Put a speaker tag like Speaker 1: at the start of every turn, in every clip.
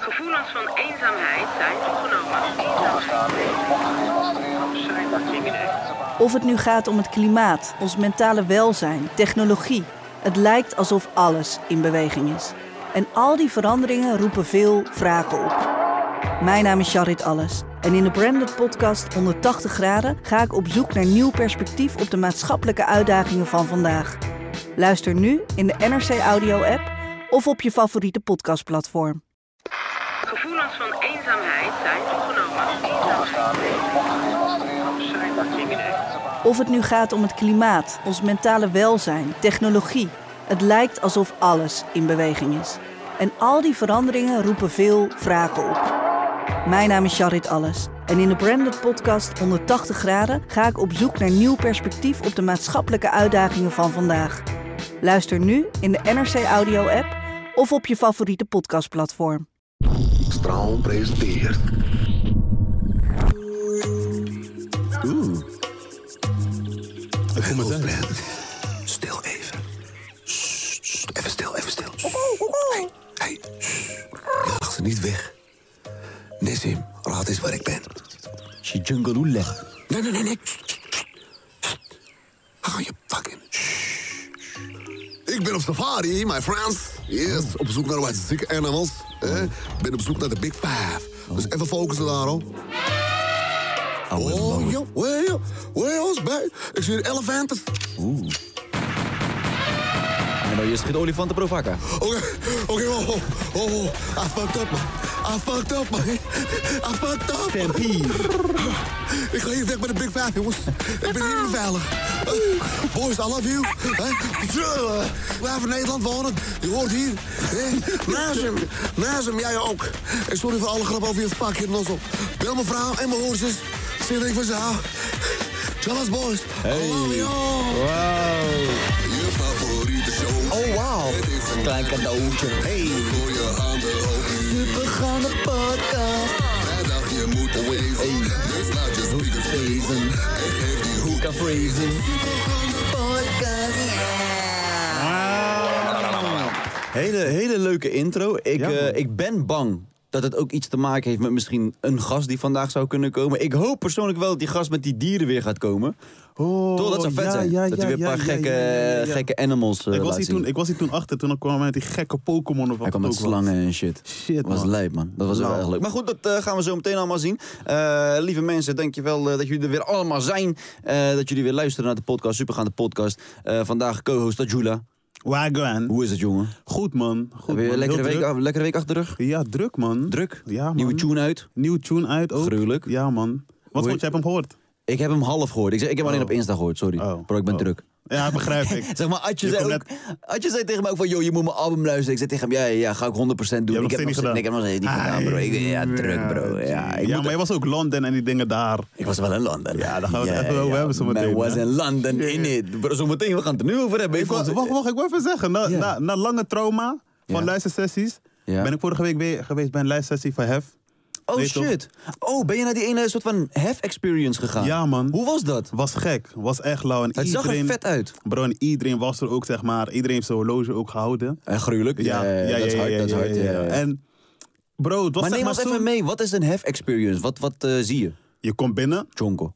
Speaker 1: Gevoelens van eenzaamheid zijn toegenomen.
Speaker 2: Of het nu gaat om het klimaat, ons mentale welzijn, technologie. Het lijkt alsof alles in beweging is. En al die veranderingen roepen veel vragen op. Mijn naam is Charit Alles. En in de Branded Podcast 180 graden ga ik op zoek naar nieuw perspectief op de maatschappelijke uitdagingen van vandaag. Luister nu in de NRC Audio app of op je favoriete podcastplatform.
Speaker 1: Gevoelens van eenzaamheid zijn toegenomen.
Speaker 2: Of het nu gaat om het klimaat, ons mentale welzijn, technologie. Het lijkt alsof alles in beweging is. En al die veranderingen roepen veel vragen op. Mijn naam is Charit Alles. En in de Branded Podcast 180 graden ga ik op zoek naar nieuw perspectief op de maatschappelijke uitdagingen van vandaag. Luister nu in de NRC Audio app of op je favoriete podcastplatform.
Speaker 3: Straal presenteert. Oeh. Het komt Stil even. Sst, sst, even stil, even stil. Sst. Hey, hey. sst. Je lacht niet weg. Nissim, raad eens waar ik ben.
Speaker 4: Chijungalula.
Speaker 3: Nee, nee, nee, nee. Sst, sst, sst. Hou je fucking. sst. Ik ben op safari, my friends. Yes, op zoek naar wat zieke animals. hè? Ik ben op zoek naar de Big Five. Dus even focussen daarop. Oh, joh, where, joh, where else, bij? Ik zie elefanten.
Speaker 4: En dan je schiet olifanten pro vaca.
Speaker 3: Oké, oké, oh, oh, oh, oh. I fucked up, man. I fucked up, man. I fucked up. Ik ga hier weg met de Big Five, jongens. Ik ben hier niet veilig. Eh, Boys, I love you. Huh? Blijf in Nederland wonen. Je hoort hier. Eh, Nazem, Nazem, jij ook. En sorry voor alle grap over je fucking nozzle. Bel mijn vrouw en mijn horses. Zit ik van ze hou. Tell us, boys. I love you.
Speaker 4: Wauw.
Speaker 3: Je favoriete show.
Speaker 4: Oh, wauw. Klein cadeautje. Hey.
Speaker 3: Voor je handen hoog.
Speaker 4: We gaan de podcast.
Speaker 3: Vrijdag je moet wezen. Dus laat je speakers wezen. En geef die hoek.
Speaker 4: Kan freezing. Hele, hele leuke intro. Ik,
Speaker 5: Ja, man.
Speaker 4: eh, ik ben bang dat het ook iets te maken heeft met misschien een gast die vandaag zou kunnen komen. Ik hoop persoonlijk wel dat die gast met die dieren weer gaat komen.
Speaker 5: Oh,
Speaker 4: Toch, dat zou vet
Speaker 5: ja,
Speaker 4: zijn.
Speaker 5: ja,
Speaker 4: dat hij
Speaker 5: ja,
Speaker 4: weer een
Speaker 5: ja,
Speaker 4: paar
Speaker 5: ja,
Speaker 4: gekke,
Speaker 5: ja, ja, ja.
Speaker 4: gekke animals eh,
Speaker 5: Ik was,
Speaker 4: laat
Speaker 5: hier
Speaker 4: zien.
Speaker 5: toen, ik was hier toen achter, toen kwam hij met die gekke Pokémon of wat
Speaker 4: Hij kwam
Speaker 5: het
Speaker 4: met
Speaker 5: ook was.
Speaker 4: slangen en shit.
Speaker 5: Shit,
Speaker 4: was
Speaker 5: man.
Speaker 4: lijp, man. Dat was wel
Speaker 5: Nou.
Speaker 4: erg leuk. Maar goed, dat eh, gaan we zo meteen allemaal zien. Eh, lieve mensen, dankjewel wel eh, dat jullie er weer allemaal zijn. Eh, dat jullie weer luisteren naar de podcast. Supergaande podcast. Eh, vandaag co-host Ajula.
Speaker 5: Wagwan.
Speaker 4: Hoe is het, jongen?
Speaker 5: Goed, man. Goed,
Speaker 4: Heb je
Speaker 5: man.
Speaker 4: een lekkere
Speaker 5: Heel
Speaker 4: week,
Speaker 5: druk.
Speaker 4: af- lekkere week achter de rug?
Speaker 5: Ja, druk, man.
Speaker 4: Druk?
Speaker 5: Ja, man.
Speaker 4: Nieuwe tune uit?
Speaker 5: Nieuwe tune uit ook.
Speaker 4: Gruwelijk.
Speaker 5: Ja, man. Wat
Speaker 4: Hoe-
Speaker 5: vond je? Heb je hem gehoord?
Speaker 4: Ik heb hem half gehoord. Ik, zeg- ik heb hem alleen
Speaker 5: Oh.
Speaker 4: op Insta gehoord, sorry.
Speaker 5: Oh.
Speaker 4: Bro, ik ben
Speaker 5: Oh.
Speaker 4: druk.
Speaker 5: Ja, begrijp ik.
Speaker 4: Zeg maar, Adje
Speaker 5: Je
Speaker 4: zei,
Speaker 5: komt
Speaker 4: ook, Adje zei tegen mij ook van, joh, je moet mijn album luisteren. Ik zei tegen hem, ja, ja, ja ga ik 100% doen.
Speaker 5: hebt
Speaker 4: ik,
Speaker 5: nog
Speaker 4: heb
Speaker 5: steeds
Speaker 4: nog,
Speaker 5: niet
Speaker 4: ik heb nog steeds niet
Speaker 5: gedaan. Ah,
Speaker 4: gedaan, bro. Ik, ja, druk, bro. Ja, ik,
Speaker 5: ja
Speaker 4: moet-
Speaker 5: maar je was ook Londen en die dingen daar.
Speaker 4: ik was wel in Londen.
Speaker 5: Ja, daar gaan we het even over hebben zometeen,
Speaker 4: Man was
Speaker 5: hè?
Speaker 4: in London, in it. Bro, zometeen, we gaan het er nu over hebben.
Speaker 5: Ik was,
Speaker 4: vond-
Speaker 5: wacht, wacht, ik wil even zeggen. Na,
Speaker 4: Ja.
Speaker 5: na, na lange trauma van
Speaker 4: Ja.
Speaker 5: luistersessies
Speaker 4: Ja.
Speaker 5: ben ik vorige week weer geweest bij een luistersessie van Hef.
Speaker 4: Oh,
Speaker 5: Nee, toch?
Speaker 4: shit. Oh, ben je naar die ene soort van hef-experience gegaan?
Speaker 5: Ja, man.
Speaker 4: Hoe was dat?
Speaker 5: Was gek, was echt lauw. En
Speaker 4: Het zag er
Speaker 5: iedereen-
Speaker 4: vet uit.
Speaker 5: Bro, en iedereen was er ook, zeg maar. Iedereen heeft zijn horloge ook gehouden.
Speaker 4: Eh, gruwelijk. Ja, dat is hard, dat is hard. ja, ja.
Speaker 5: En bro, het was
Speaker 4: Maar
Speaker 5: zeg
Speaker 4: neem ons
Speaker 5: zo-
Speaker 4: even mee, wat is een hef-experience? Wat, wat eh, zie je?
Speaker 5: Je komt binnen,
Speaker 4: Chonko.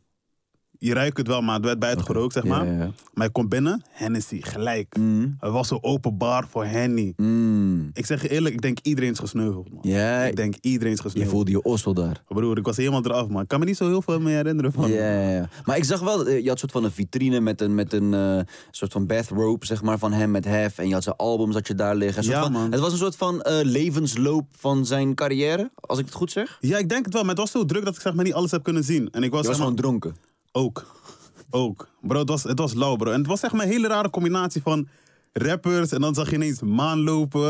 Speaker 5: je ruikt het wel, maar het werd bij het gerookt, zeg
Speaker 4: Ja,
Speaker 5: maar.
Speaker 4: ja, Mm. ja.
Speaker 5: Maar je komt binnen, Hennessy, gelijk. Het was een open bar voor Henny.
Speaker 4: Mm.
Speaker 5: Ik zeg je eerlijk, ik denk iedereen is gesneuveld, man.
Speaker 4: Ja,
Speaker 5: Ik denk iedereen is
Speaker 4: je
Speaker 5: gesneuveld.
Speaker 4: voelde je ossel daar.
Speaker 5: Broer, ik was helemaal eraf, man. Ik kan me niet zo heel veel meer herinneren
Speaker 4: Ja,
Speaker 5: van.
Speaker 4: ja, ja. Maar ik zag wel, eh, je had soort van een vitrine met een, met een eh, soort van bathrobe, zeg maar, van hem met Hef. En je had zijn albums dat je daar liggen. Een soort
Speaker 5: Ja,
Speaker 4: van,
Speaker 5: man.
Speaker 4: Het was een soort van eh, levensloop van zijn carrière, als ik het goed zeg.
Speaker 5: Ja, ik denk het wel, maar het was zo druk dat ik zeg maar niet alles heb kunnen zien. En ik was,
Speaker 4: Je was
Speaker 5: zeg maar-
Speaker 4: gewoon dronken.
Speaker 5: Ook. Ook. Bro, het was, het was lauw, bro. En het was zeg maar een hele rare combinatie van rappers en dan zag je ineens Maan lopen.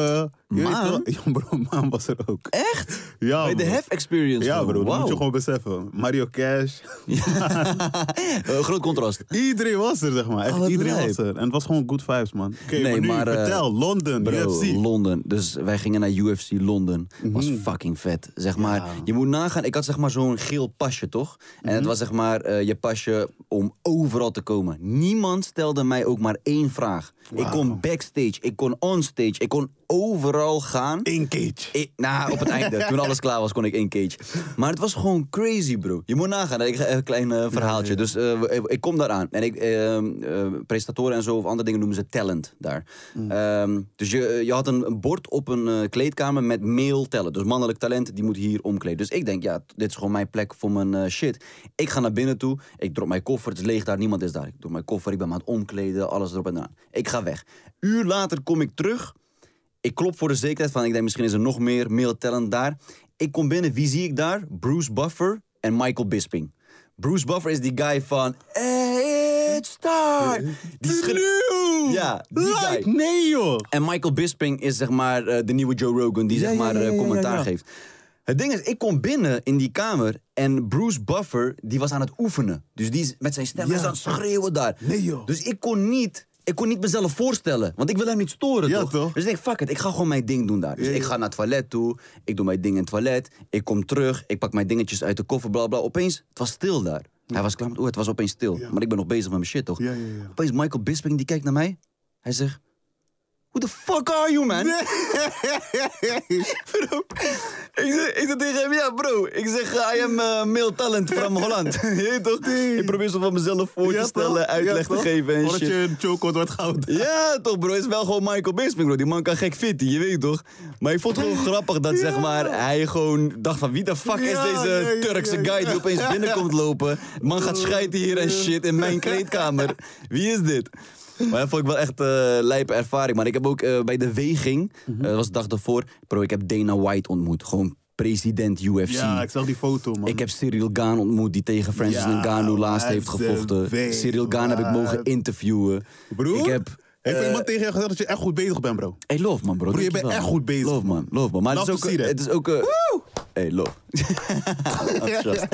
Speaker 5: Je
Speaker 4: Maan?
Speaker 5: wel- Ja, bro, Maan was er ook.
Speaker 4: Echt?
Speaker 5: Ja,
Speaker 4: Bij de
Speaker 5: bro.
Speaker 4: Hef-experience.
Speaker 5: Ja, bro, dat
Speaker 4: Wauw.
Speaker 5: moet je gewoon beseffen. Mario Cash.
Speaker 4: Eh, groot contrast.
Speaker 5: Iedereen was er, zeg maar. Echt,
Speaker 4: Oh, wat
Speaker 5: iedereen
Speaker 4: lijp.
Speaker 5: was er. En het was gewoon good vibes, man. Oké,
Speaker 4: Nee,
Speaker 5: maar nu,
Speaker 4: maar, eh,
Speaker 5: vertel. Londen,
Speaker 4: Bro,
Speaker 5: UFC.
Speaker 4: Londen. Dus wij gingen naar UFC Londen.
Speaker 5: Mhm.
Speaker 4: Was fucking vet. Zeg maar, je moet nagaan. Ik had zeg maar zo'n geel pasje, toch? En
Speaker 5: Mhm.
Speaker 4: het was zeg maar eh, je pasje om overal te komen. Niemand stelde mij ook maar één vraag. Ik kon backstage, ik kon onstage, ik kon overal gaan.
Speaker 5: In cage.
Speaker 4: Ik- nou, op het einde, toen alles klaar was, kon ik in cage. Maar het was gewoon crazy, bro. Je moet nagaan. Ik ga even een klein eh, verhaaltje. Dus eh, ik kom daar aan. En ik, ehm, eh, presentatoren en zo, of andere dingen noemen ze talent daar. Ehm, dus je, je had een, een bord op een eh, kleedkamer met male talent. Dus mannelijk talent, die moet hier omkleden. Dus ik denk, ja, t- dit is gewoon mijn plek voor mijn eh, shit. Ik ga naar binnen toe. Ik drop mijn koffer. Het is leeg daar. Niemand is daar. Ik drop mijn koffer. Ik ben me aan het omkleden. Alles erop en eraan. Ik ga weg. Uur later kom ik terug. Ik klop voor de zekerheid van, ik denk misschien is er nog meer male talent daar. Ik kom binnen, wie zie ik daar? Bruce Buffer en Michael Bisping. Bruce Buffer is die guy van... "Hey, It's time! Die schreeuwt... Ja, die guy.
Speaker 5: Like, nee joh.
Speaker 4: En Michael Bisping is zeg maar eh, de nieuwe Joe Rogan die
Speaker 5: Ja,
Speaker 4: zeg
Speaker 5: ja,
Speaker 4: maar
Speaker 5: ja,
Speaker 4: eh,
Speaker 5: ja, ja,
Speaker 4: commentaar
Speaker 5: ja.
Speaker 4: geeft. Het ding is, ik kom binnen in die kamer en Bruce Buffer die was aan het oefenen. Dus die is met zijn stem
Speaker 5: Ja.
Speaker 4: is aan het schreeuwen daar.
Speaker 5: Nee, joh.
Speaker 4: Dus ik kon niet... Ik kon niet mezelf voorstellen, want ik wil hem niet storen,
Speaker 5: Ja,
Speaker 4: toch?
Speaker 5: toch?
Speaker 4: Dus ik denk, fuck it, ik ga gewoon mijn ding doen daar. Dus
Speaker 5: Ja,
Speaker 4: ik
Speaker 5: ja.
Speaker 4: ga naar het toilet toe, ik doe mijn ding in het toilet, ik kom terug, ik pak mijn dingetjes uit de koffer, bla bla. Opeens, het was stil daar. Hij was klaar met, oeh, het was opeens stil. Maar ik ben nog bezig met mijn shit, toch?
Speaker 5: Ja, ja, ja.
Speaker 4: Opeens Michael Bisping, die kijkt naar mij. Hij zegt, Who the fuck are you, man? bro, ik, zeg, ik zeg tegen hem, ja bro, ik zeg eh, I am eh, male talent from Holland. Je weet toch? Ik probeer zo van mezelf voor te stellen, uitleg te geven en
Speaker 5: Voordat
Speaker 4: shit.
Speaker 5: je een chokehold wordt gehouden.
Speaker 4: Ja, toch bro. is wel gewoon Michael Bisping, bro. Die man kan gek fitten, je weet toch? Maar ik vond het gewoon grappig dat, zeg maar, hij gewoon dacht van... Wie de fuck
Speaker 5: Ja,
Speaker 4: is deze
Speaker 5: ja, ja,
Speaker 4: Turkse
Speaker 5: ja,
Speaker 4: guy
Speaker 5: ja.
Speaker 4: die opeens binnenkomt lopen? Man gaat schijten hier en shit in mijn kleedkamer. Wie is dit? Maar dat vond ik wel echt eh lijpe ervaring. Maar ik heb ook eh, bij de weging, eh,
Speaker 5: Mhm.
Speaker 4: dat was de dag daarvoor... Bro, ik heb Dana White ontmoet. Gewoon president UFC.
Speaker 5: Ja, ik zag die foto man.
Speaker 4: Ik heb Cyril Gaan ontmoet die tegen Francis
Speaker 5: Ja,
Speaker 4: Ngannou laatst heeft
Speaker 5: wat
Speaker 4: gevochten.
Speaker 5: een week,
Speaker 4: Cyril Gaan heb ik mogen
Speaker 5: wat.
Speaker 4: interviewen.
Speaker 5: Broer,
Speaker 4: ik heb,
Speaker 5: heeft
Speaker 4: eh,
Speaker 5: iemand tegen jou gezegd dat je echt goed bezig bent bro?
Speaker 4: Hey, love man, bro.
Speaker 5: Broer, je
Speaker 4: Dankjewel,
Speaker 5: bent echt
Speaker 4: man.
Speaker 5: goed bezig,
Speaker 4: Love man, love man. Maar
Speaker 5: Love
Speaker 4: het is
Speaker 5: to
Speaker 4: ook...
Speaker 5: see that.
Speaker 4: Het is ook eh, hey, love. Enthousiast.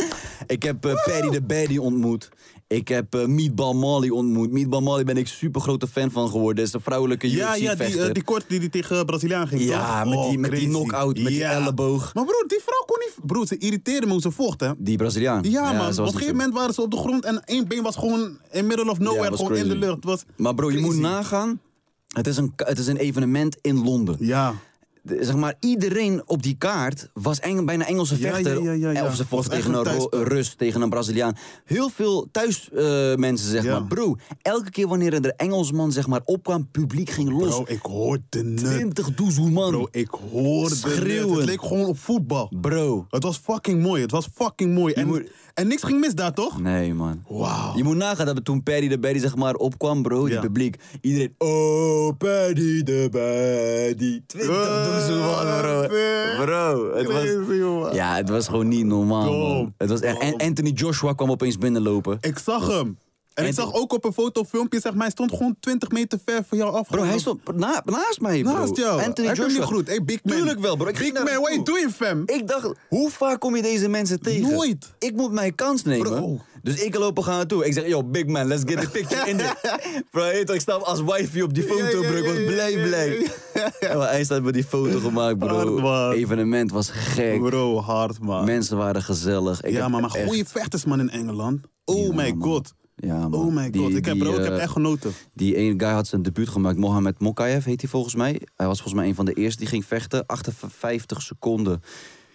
Speaker 4: ik heb eh, Paddy de Baddy ontmoet. Ik heb eh, Meatball Molly ontmoet. Meatball Molly ben ik super grote fan van geworden. is een vrouwelijke
Speaker 5: Ja, ja, die,
Speaker 4: UFC-vechter.
Speaker 5: eh, die kort die, die tegen Braziliaan ging.
Speaker 4: Ja,
Speaker 5: toch? Oh,
Speaker 4: met die- met die
Speaker 5: crazy.
Speaker 4: knock-out, met die elleboog.
Speaker 5: Maar broer, die vrouw kon niet. Broer, ze irriteerde me hoe ze vocht, hè? Ja,
Speaker 4: Die Braziliaan.
Speaker 5: man.
Speaker 4: ze
Speaker 5: Op
Speaker 4: was
Speaker 5: een
Speaker 4: niet
Speaker 5: gegeven
Speaker 4: zo-
Speaker 5: moment waren ze op de grond en één been was gewoon in middle of nowhere,
Speaker 4: Ja, was
Speaker 5: gewoon in de
Speaker 4: crazy.
Speaker 5: lucht. Het Was
Speaker 4: Maar bro, je
Speaker 5: crazy.
Speaker 4: moet nagaan. Het is, een, het is een evenement in Londen.
Speaker 5: Ja.
Speaker 4: De- zeg maar, iedereen op die kaart was eng, bijna Engelse
Speaker 5: Ja,
Speaker 4: vechter.
Speaker 5: ja, ja, ja, ja.
Speaker 4: Of ze
Speaker 5: Was
Speaker 4: vochten
Speaker 5: echt
Speaker 4: tegen een,
Speaker 5: een
Speaker 4: Ro-
Speaker 5: thuis-
Speaker 4: een Rus, tegen een Braziliaan. Heel veel thuis eh, mensen, zeg
Speaker 5: Ja.
Speaker 4: maar. Bro, elke keer wanneer er een Engelsman zeg maar, opkwam, publiek ging los.
Speaker 5: Bro, ik hoorde het.
Speaker 4: 20 doezoe man.
Speaker 5: Bro,
Speaker 4: Bro.
Speaker 5: ik hoorde het.
Speaker 4: Schreeuwen.
Speaker 5: Het leek gewoon op voetbal. Het was fucking mooi. Het was fucking mooi. En,
Speaker 4: moet-
Speaker 5: en niks ging mis daar, toch?
Speaker 4: Nee, man.
Speaker 5: Wauw.
Speaker 4: Je moet nagaan dat toen Paddy de Baddy zeg maar opkwam, bro, die
Speaker 5: Ja.
Speaker 4: publiek. Iedereen, oh, Paddy de Baddy. 20
Speaker 5: Oh,
Speaker 4: doezoe man, bro.
Speaker 5: Eh,
Speaker 4: Bro, het was...
Speaker 5: Crazy, man.
Speaker 4: Ja, het was gewoon niet normaal, man.
Speaker 5: Dom,
Speaker 4: Het was echt... En
Speaker 5: dom.
Speaker 4: Anthony Joshua kwam opeens binnenlopen.
Speaker 5: Ik zag hem. En,
Speaker 4: En-
Speaker 5: ik zag ook op een fotofilmpje, zeg maar, hij stond gewoon 20 meter ver van jou af.
Speaker 4: Bro, hij stond na- naast mij, bro.
Speaker 5: naast jou.
Speaker 4: Anthony
Speaker 5: Heb je hem
Speaker 4: Joshua.
Speaker 5: niet goed. Hey, Big Man.
Speaker 4: Tuurlijk wel, bro. Ik ging
Speaker 5: Big
Speaker 4: naar
Speaker 5: Man,
Speaker 4: hem
Speaker 5: what
Speaker 4: toe.
Speaker 5: you doing, fam?
Speaker 4: Ik dacht, hoe vaak kom je deze mensen tegen?
Speaker 5: Nooit.
Speaker 4: Ik moet mijn kans nemen.
Speaker 5: Bro.
Speaker 4: Dus ik loop er gaan naartoe. Ik zeg, yo, big man, let's get the picture in there. Bro, je weet toch, ik sta als wifey op die
Speaker 5: Ja,
Speaker 4: foto,
Speaker 5: ja,
Speaker 4: bro. Ik
Speaker 5: ja,
Speaker 4: was
Speaker 5: ja,
Speaker 4: blij,
Speaker 5: ja,
Speaker 4: blij. Ja, maar Hij staat met die foto gemaakt,
Speaker 5: Hard,
Speaker 4: bro.
Speaker 5: man.
Speaker 4: Evenement was gek.
Speaker 5: Bro, hard, man.
Speaker 4: Mensen waren gezellig. Ik
Speaker 5: ja,
Speaker 4: heb
Speaker 5: maar, maar
Speaker 4: echt-
Speaker 5: goede vechters, man, in Engeland. Oh
Speaker 4: Ja,
Speaker 5: my
Speaker 4: man.
Speaker 5: god.
Speaker 4: Ja, man.
Speaker 5: Oh my god.
Speaker 4: Die-
Speaker 5: ik, heb,
Speaker 4: die,
Speaker 5: bro, ik heb
Speaker 4: eh,
Speaker 5: echt genoten.
Speaker 4: Die ene guy had zijn debuut gemaakt, Mohamed Mokayev heet hij volgens mij. Hij was volgens mij een van de eerste die ging vechten. 58 seconden.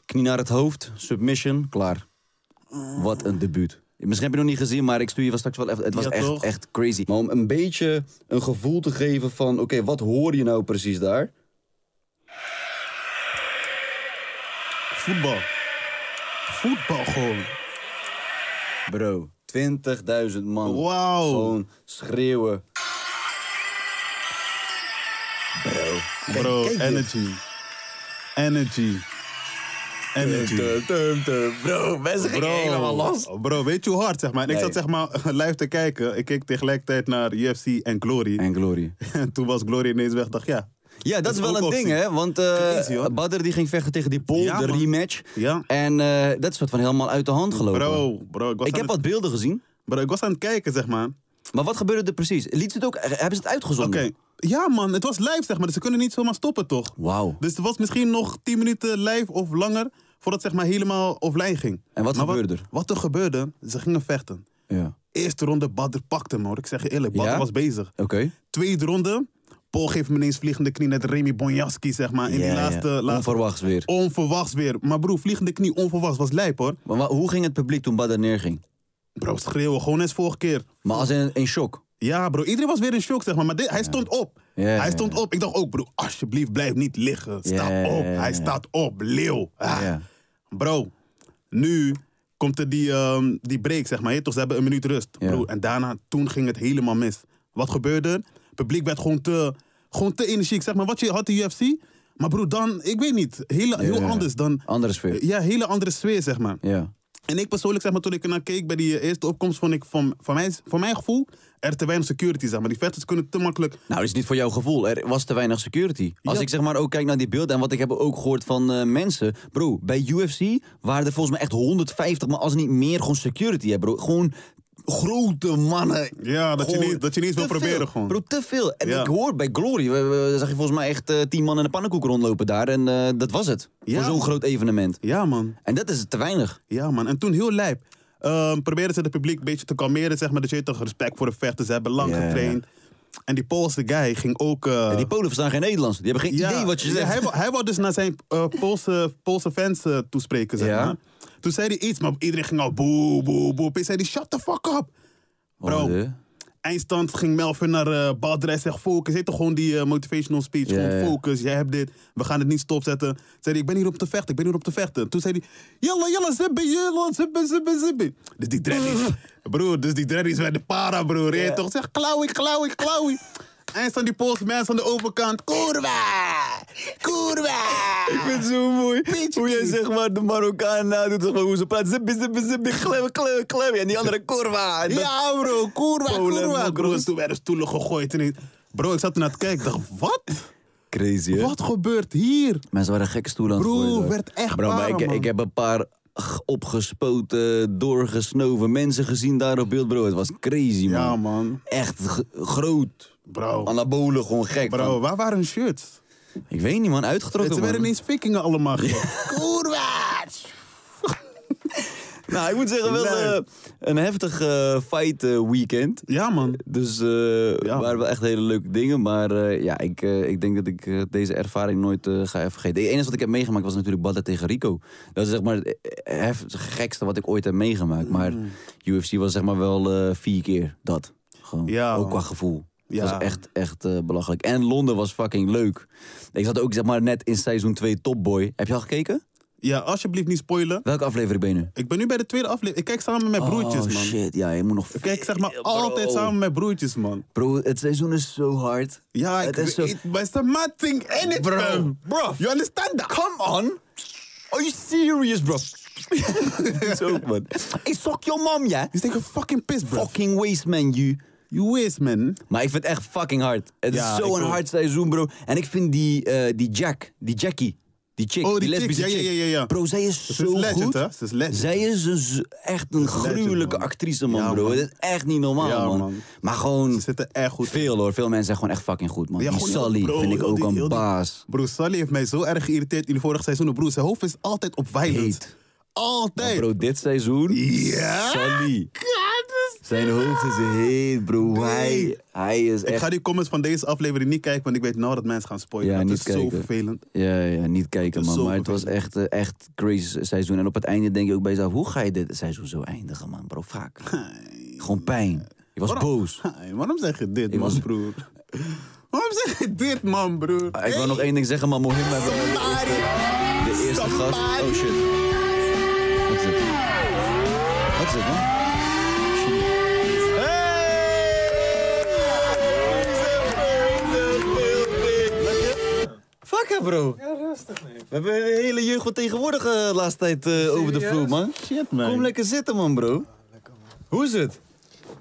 Speaker 4: Knie naar het hoofd, submission, klaar. Wat een debuut. Misschien heb je nog niet gezien, maar ik stuur je wel straks wel even. Het was
Speaker 5: Ja,
Speaker 4: echt,
Speaker 5: toch?
Speaker 4: echt crazy. Maar om een beetje een gevoel te geven van, oké, wat hoor je nou precies daar?
Speaker 5: Voetbal. Voetbal gewoon.
Speaker 4: Bro, 20.000 man.
Speaker 5: Wauw.
Speaker 4: Gewoon schreeuwen. Bro.
Speaker 5: Bro,
Speaker 4: kijk dit.
Speaker 5: energy. Energy. Energy.
Speaker 4: Tum, tum, tum. Bro, mensen gingen helemaal los.
Speaker 5: Bro, weet je hoe hard, zeg maar? En ik
Speaker 4: Nee.
Speaker 5: zat zeg maar live te kijken. Ik keek tegelijkertijd naar UFC en Glory.
Speaker 4: En Glory.
Speaker 5: En toen was Glory ineens weg. dacht, ja.
Speaker 4: Ja, dat,
Speaker 5: Dat
Speaker 4: is
Speaker 5: is
Speaker 4: wel
Speaker 5: ook
Speaker 4: een ding,
Speaker 5: optie.
Speaker 4: hè? Want eh
Speaker 5: Crazy, hoor.
Speaker 4: Badr die ging vechten tegen die Paul,
Speaker 5: Ja,
Speaker 4: de
Speaker 5: man.
Speaker 4: rematch.
Speaker 5: Ja.
Speaker 4: En eh, dat is soort van helemaal uit de hand gelopen.
Speaker 5: Bro, bro, ik
Speaker 4: Oh, ik
Speaker 5: was, aan
Speaker 4: heb
Speaker 5: het,
Speaker 4: wat beelden gezien.
Speaker 5: bro, ik was aan het kijken, zeg maar. Oké.
Speaker 4: Maar wat gebeurde er precies? Liet ze het ook, hebben ze het uitgezonden?
Speaker 5: Ja, man, het was live, zeg maar. Dus ze kunnen niet zomaar stoppen, toch?
Speaker 4: Wauw.
Speaker 5: Dus het was misschien nog 10 minuten live of langer voordat het zeg maar helemaal offline ging.
Speaker 4: En wat gebeurde er?
Speaker 5: Wat, wat er gebeurde, ze gingen vechten.
Speaker 4: Ja.
Speaker 5: Eerste ronde, Badr pakte hem hoor. Ik zeg je eerlijk, Badr
Speaker 4: Ja?
Speaker 5: was bezig.
Speaker 4: Oké.
Speaker 5: Tweede ronde, Paul geeft me ineens vliegende knie net Remy Bonjasky, zeg maar. In die
Speaker 4: Ja, ja.
Speaker 5: laatste, laatste...
Speaker 4: Onverwachts weer.
Speaker 5: Onverwachts weer. Maar broer, vliegende knie onverwachts was lijp hoor.
Speaker 4: Maar, wa- hoe ging het publiek toen Badr neerging?
Speaker 5: Bro, schreeuwen. Gewoon als vorige keer.
Speaker 4: Maar als in, in shock.
Speaker 5: Ja, bro. Iedereen was weer in shock, zeg maar. Maar dit- hij stond op.
Speaker 4: Ja, ja,
Speaker 5: hij stond
Speaker 4: ja.
Speaker 5: op. Ik dacht ook, bro, alsjeblieft, blijf niet liggen. Sta
Speaker 4: Ja, ja,
Speaker 5: op.
Speaker 4: ja, ja,
Speaker 5: Hij
Speaker 4: ja.
Speaker 5: staat op. Leeuw. Ah.
Speaker 4: Ja.
Speaker 5: Bro, nu komt er die, ehm, die break, zeg maar. Je weet toch, ze hebben een minuut rust.
Speaker 4: Ja.
Speaker 5: Bro, en daarna, toen ging het helemaal mis. Wat gebeurde er? Het publiek werd gewoon te, gewoon te energiek, zeg maar. Wat je had de UFC, maar bro, dan, ik weet niet. Hele, heel
Speaker 4: ja.
Speaker 5: anders dan...
Speaker 4: Andere sfeer.
Speaker 5: Ja, hele andere sfeer, zeg maar.
Speaker 4: Ja.
Speaker 5: En ik persoonlijk, zeg maar, toen ik ernaar keek bij die eh, eerste opkomst, vond ik van, van, mij, van mijn gevoel er te weinig security, zeg maar. Die vechters kunnen te makkelijk...
Speaker 4: Nou, dat is niet voor jouw gevoel. Er was te weinig security. Als
Speaker 5: Ja.
Speaker 4: ik zeg maar ook kijk naar die beelden en wat ik heb ook gehoord van eh, mensen. Bro, bij UFC waren er volgens mij echt 150, maar als niet meer, gewoon security hebben, bro. Gewoon grote mannen.
Speaker 5: Ja, dat je
Speaker 4: Gewoon
Speaker 5: niet- dat je niet wil
Speaker 4: te veel.
Speaker 5: proberen gewoon.
Speaker 4: Bro, te veel. En
Speaker 5: Ja.
Speaker 4: ik hoor bij Glory, we, we- zag je volgens mij echt eh, tien man in een pannenkoek rondlopen daar. En eh, dat was het.
Speaker 5: Ja.
Speaker 4: Voor zo'n groot evenement.
Speaker 5: Ja, man.
Speaker 4: En dat is te weinig.
Speaker 5: Ja, man. En toen heel lijp. Ehm probeerden ze het publiek een beetje te kalmeren, zeg maar. Dat je toch respect voor de vechters. Ze hebben lang
Speaker 4: Ja, ja, ja.
Speaker 5: getraind. En die Poolse guy ging ook... eh,
Speaker 4: En die Polen verstaan geen Nederlands. Die hebben geen
Speaker 5: ja,
Speaker 4: idee wat je
Speaker 5: ja,
Speaker 4: zegt.
Speaker 5: hij, wou, hij wou dus naar zijn eh, Poolse, Poolse fans eh, toespreken, zeg
Speaker 4: Ja.
Speaker 5: maar. Toen zei hij iets, maar iedereen ging al boe, boe, boe. Opeens zei hij, shut the fuck up. Bro,
Speaker 4: Oh, de-
Speaker 5: eindstand ging Melvin naar eh Badr. Hij zegt, focus. Heet toch gewoon die eh, motivational speech.
Speaker 4: Ja,
Speaker 5: gewoon
Speaker 4: ja.
Speaker 5: focus, jij hebt dit. We gaan het niet stopzetten. Zei hij, ik ben hier op te vechten. Ik ben hier op te vechten. Toen zei hij, jalla, jalla, zibbe, jalla, zibbe, zibbe, zibbe. Dus die dreddies. broer, dus die dreddies werden para, broer. Je weet toch? Zeg, klauwie, klauwie, klauwie. Eindstand die Poolse mensen aan de overkant. Kurwa! Kurwa!
Speaker 4: Ik vind het zo mooi hoe jij zeg maar de Marokkaan nadoet. Zeg maar, hoe ze praat. Zippie, zippie, zippie. Klem, klem, klem. En die andere korva.
Speaker 5: Ja, bro, kurwa,
Speaker 4: Polen,
Speaker 5: kurwa. Broer,
Speaker 4: Mongols.
Speaker 5: toen werden stoelen gegooid. En ik- bro, ik zat ernaar te kijken. Ik dacht, wat?
Speaker 4: Crazy, hè?
Speaker 5: Wat gebeurt hier?
Speaker 4: Mensen waren gekke stoelen aan het
Speaker 5: Bro,
Speaker 4: gooien daar.
Speaker 5: werd echt
Speaker 4: Bro, maar
Speaker 5: para,
Speaker 4: ik,
Speaker 5: man.
Speaker 4: ik heb een paar g- opgespoten, doorgesnoven mensen gezien daar op beeld. Bro, het was crazy, man.
Speaker 5: Ja, man.
Speaker 4: Echt g- groot.
Speaker 5: Bro.
Speaker 4: Anabolen, gewoon gek.
Speaker 5: Bro,
Speaker 4: man.
Speaker 5: waar waren hun shirts?
Speaker 4: Ik weet niet, man. Uitgetrokken,
Speaker 5: Ze
Speaker 4: man.
Speaker 5: werden ineens vikingen allemaal. gek.
Speaker 4: Nou, ik moet zeggen, wel
Speaker 5: Nee.
Speaker 4: eh, een heftig eh, fight eh, weekend.
Speaker 5: Ja, man.
Speaker 4: Dus eh
Speaker 5: Ja.
Speaker 4: waren wel echt hele leuke dingen. Maar eh, ja, ik, eh, ik denk dat ik eh, deze ervaring nooit eh, ga vergeten. Het enige wat ik heb meegemaakt was natuurlijk Badda tegen Rico. Dat is zeg maar het hef- het gekste wat ik ooit heb meegemaakt. Maar
Speaker 5: Mm.
Speaker 4: UFC was zeg maar wel eh, vier keer dat. Gewoon,
Speaker 5: Ja,
Speaker 4: ook qua
Speaker 5: man.
Speaker 4: gevoel. Het
Speaker 5: Ja.
Speaker 4: was echt, echt eh, belachelijk. En Londen was fucking leuk. Ik zat ook zeg maar net in seizoen 2 Top Boy. Heb je al gekeken?
Speaker 5: Ja, alsjeblieft niet spoilen.
Speaker 4: Welke aflevering ben je nu?
Speaker 5: Ik ben nu bij de tweede aflevering. Ik kijk samen met mijn broertjes,
Speaker 4: oh
Speaker 5: man.
Speaker 4: shit, ja, je moet nog...
Speaker 5: Ik kijk zeg maar
Speaker 4: veel,
Speaker 5: altijd
Speaker 4: bro.
Speaker 5: samen met mijn broertjes, man.
Speaker 4: Bro, het seizoen is zo hard.
Speaker 5: Ja, ik
Speaker 4: het is zo...
Speaker 5: weet, maar it's the mad thing in it,
Speaker 4: Bro.
Speaker 5: fam.
Speaker 4: Bro.
Speaker 5: You understand that?
Speaker 4: Come on. Are you serious, bro? Dat is ook, man. Ik sok your mom, ja?
Speaker 5: He's taking fucking piss, bro.
Speaker 4: Fucking waste, man, you.
Speaker 5: You waste, man.
Speaker 4: Maar ik vind het echt fucking hard. Het
Speaker 5: Ja,
Speaker 4: is
Speaker 5: ik
Speaker 4: zo'n
Speaker 5: ook.
Speaker 4: hard seizoen, bro. En ik vind die, eh, die Jack, die Jackie, die chick,
Speaker 5: Oh, die chick.
Speaker 4: lesbische
Speaker 5: Ja, ja,
Speaker 4: chick.
Speaker 5: ja, ja, ja.
Speaker 4: Bro, zij is
Speaker 5: is
Speaker 4: zo
Speaker 5: legend,
Speaker 4: goed.
Speaker 5: hè? Ze is legend.
Speaker 4: Zij is een z- echt een
Speaker 5: legend,
Speaker 4: gruwelijke
Speaker 5: man.
Speaker 4: actrice, man,
Speaker 5: Ja,
Speaker 4: bro.
Speaker 5: man.
Speaker 4: Het is echt niet normaal,
Speaker 5: Ja,
Speaker 4: man.
Speaker 5: man.
Speaker 4: Maar gewoon...
Speaker 5: Ze zitten echt goed.
Speaker 4: Veel hoor, veel mensen zijn gewoon echt fucking goed, man.
Speaker 5: Ja,
Speaker 4: die
Speaker 5: gewoon heel-
Speaker 4: Sally
Speaker 5: bro,
Speaker 4: vind ik
Speaker 5: heel
Speaker 4: ook
Speaker 5: die- heel
Speaker 4: een
Speaker 5: die-
Speaker 4: baas.
Speaker 5: Bro, Sally heeft mij zo erg geïrriteerd in de vorige seizoenen. Bro, zijn hoofd is altijd op violent.
Speaker 4: Heet.
Speaker 5: Altijd.
Speaker 4: Bro, dit seizoen...
Speaker 5: Ja?
Speaker 4: Sally. Zijn hoofd is heet, bro. Hij, hij is
Speaker 5: Ik
Speaker 4: echt...
Speaker 5: ga die comments van deze aflevering niet kijken, want ik weet nou dat mensen gaan spoilen.
Speaker 4: Ja,
Speaker 5: dat
Speaker 4: niet
Speaker 5: is
Speaker 4: kijken.
Speaker 5: zo vervelend.
Speaker 4: Ja, ja, niet kijken,
Speaker 5: is
Speaker 4: man.
Speaker 5: zo
Speaker 4: Maar het was
Speaker 5: vervelend.
Speaker 4: echt, eh, echt crazy seizoen. En op het einde denk je ook bij jezelf... Hoe ga je dit seizoen zo eindigen, man, bro? Vaak. Gewoon pijn. Ik was boos.
Speaker 5: Hey, waarom zeg je dit,
Speaker 4: Ik
Speaker 5: man,
Speaker 4: was-
Speaker 5: broer? Ah, waarom zeg je dit, man, broer?
Speaker 4: Ah, Ik wil nog één ding zeggen, maar Mohim hebben we de eerste, de eerste gast. Oh shit. Wat is het? Wat is het, man? Fuck hè, bro. Ja, rustig, We hebben de hele jeugd van tegenwoordig eh, de laatste tijd eh, over de vloer, man.
Speaker 5: Shit, man.
Speaker 4: Kom lekker zitten, man, bro. Hoe is het?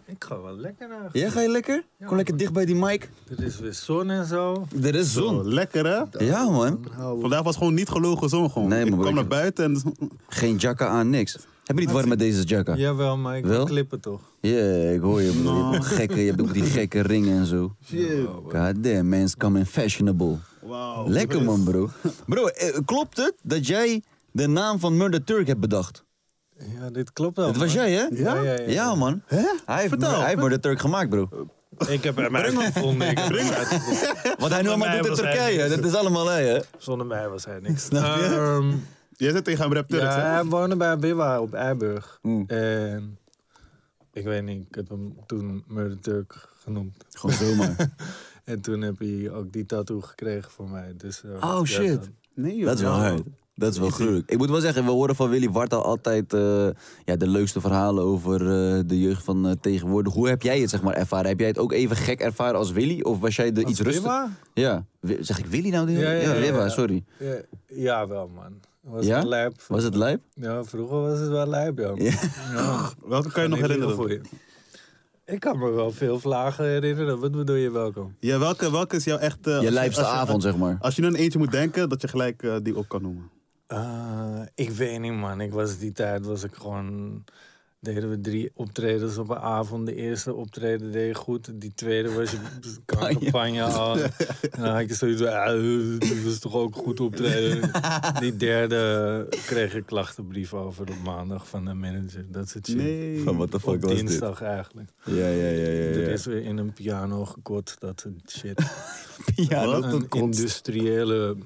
Speaker 6: Ik ga wel lekker naar.
Speaker 4: Ja, ga je lekker? Kom lekker dicht bij die mic.
Speaker 6: Er is weer zon en zo.
Speaker 4: Er is
Speaker 5: Oh,
Speaker 4: zon.
Speaker 5: lekker, hè?
Speaker 4: Ja, man.
Speaker 5: Vandaag was gewoon niet gelogen zon, gewoon.
Speaker 4: Nee,
Speaker 5: ik
Speaker 4: maar
Speaker 5: kwam
Speaker 4: ik-
Speaker 5: naar buiten en...
Speaker 4: Geen jacka aan, niks. Heb je niet warm met deze jacka? Ja,
Speaker 6: Jawel, maar ik
Speaker 4: Wel?
Speaker 6: wil klippen toch?
Speaker 4: ik hoor je, bro. Je, hebt
Speaker 6: Nou.
Speaker 4: ook gekke, je hebt ook die gekke ringen en zo. God damn, man's coming fashionable.
Speaker 5: Wauw.
Speaker 4: Lekker, man, bro. Bro, eh, klopt het dat jij de naam van Murder Turk hebt bedacht?
Speaker 6: Ja, dit klopt wel.
Speaker 4: Dat was
Speaker 6: man.
Speaker 4: jij, hè?
Speaker 6: Ja, ja, ja.
Speaker 4: man.
Speaker 5: Hè?
Speaker 4: Hij heeft,
Speaker 5: Vertel.
Speaker 4: hij heeft Murder Turk gemaakt, bro.
Speaker 6: Ik heb hem uitgevonden. ik heb hem uitgevonden.
Speaker 4: Wat hij nu
Speaker 6: Zonder
Speaker 4: allemaal
Speaker 6: mij
Speaker 4: doet in
Speaker 6: was hij
Speaker 4: Turkije,
Speaker 6: niks.
Speaker 4: dat is allemaal hij, hè?
Speaker 6: Zonder mij was hij niks.
Speaker 4: Snap je?
Speaker 6: Ehm,
Speaker 5: Jij zit tegen hem rap Turks,
Speaker 6: ja,
Speaker 5: hè?
Speaker 6: hij woonde bij Biwa op Eiburg.
Speaker 4: Mm.
Speaker 6: En ik weet niet, ik heb hem toen Murder Turk genoemd.
Speaker 4: Gewoon zomaar.
Speaker 6: En toen heb hij ook die tattoo gekregen voor mij. Dus, eh,
Speaker 4: Oh,
Speaker 6: ja,
Speaker 4: shit.
Speaker 6: dan-
Speaker 5: Nee, joh.
Speaker 4: Dat is wel hard. Dat is wel gruwelijk. Ik moet wel zeggen, we horen van Willy Wartel altijd eh, ja, de leukste verhalen over eh, de jeugd van eh, tegenwoordig. Hoe heb jij het zeg maar, ervaren? Heb jij het ook even gek ervaren als Willy? Of was jij er iets rustiger?
Speaker 6: Biwa?
Speaker 4: Ja. Wi- Zeg ik Willy nou? die-
Speaker 6: Ja, ja, ja,
Speaker 4: Wiwa,
Speaker 6: ja.
Speaker 4: sorry.
Speaker 6: Ja, ja, wel man. Was
Speaker 4: Ja?
Speaker 6: wel lijp.
Speaker 4: Was het lijp?
Speaker 6: Ja, vroeger was het wel lijp, ja.
Speaker 4: Ja.
Speaker 5: Welke kan je nog
Speaker 6: Ik
Speaker 5: herinneren?
Speaker 6: voor je. Ik kan me wel veel vlagen herinneren. Wat bedoel je welkom?
Speaker 5: Ja, welke, welke is jouw echt... eh, als
Speaker 4: Je
Speaker 5: je-
Speaker 4: lijpste
Speaker 5: als je-
Speaker 4: avond, zeg maar.
Speaker 5: Als je nu een eentje moet denken, dat je gelijk eh, die op kan noemen.
Speaker 6: Eh, ik weet niet man. Ik was die tijd was ik gewoon. Deden we drie optredens op een avond. De eerste optreden deed je goed. Die tweede was je campagne al. En dan had je zoiets van, "Ah, dat was toch ook een goed optreden. Die derde kreeg ik klachtenbrief over op maandag van de manager. Dat soort shit.
Speaker 4: Van what the fuck
Speaker 6: op
Speaker 4: was dit?
Speaker 6: dinsdag eigenlijk.
Speaker 4: Ja, ja, ja,
Speaker 6: Er
Speaker 4: ja.
Speaker 6: is weer in een piano gekort, dat soort shit.
Speaker 4: Ja,
Speaker 6: Wat
Speaker 4: dat
Speaker 6: een industriële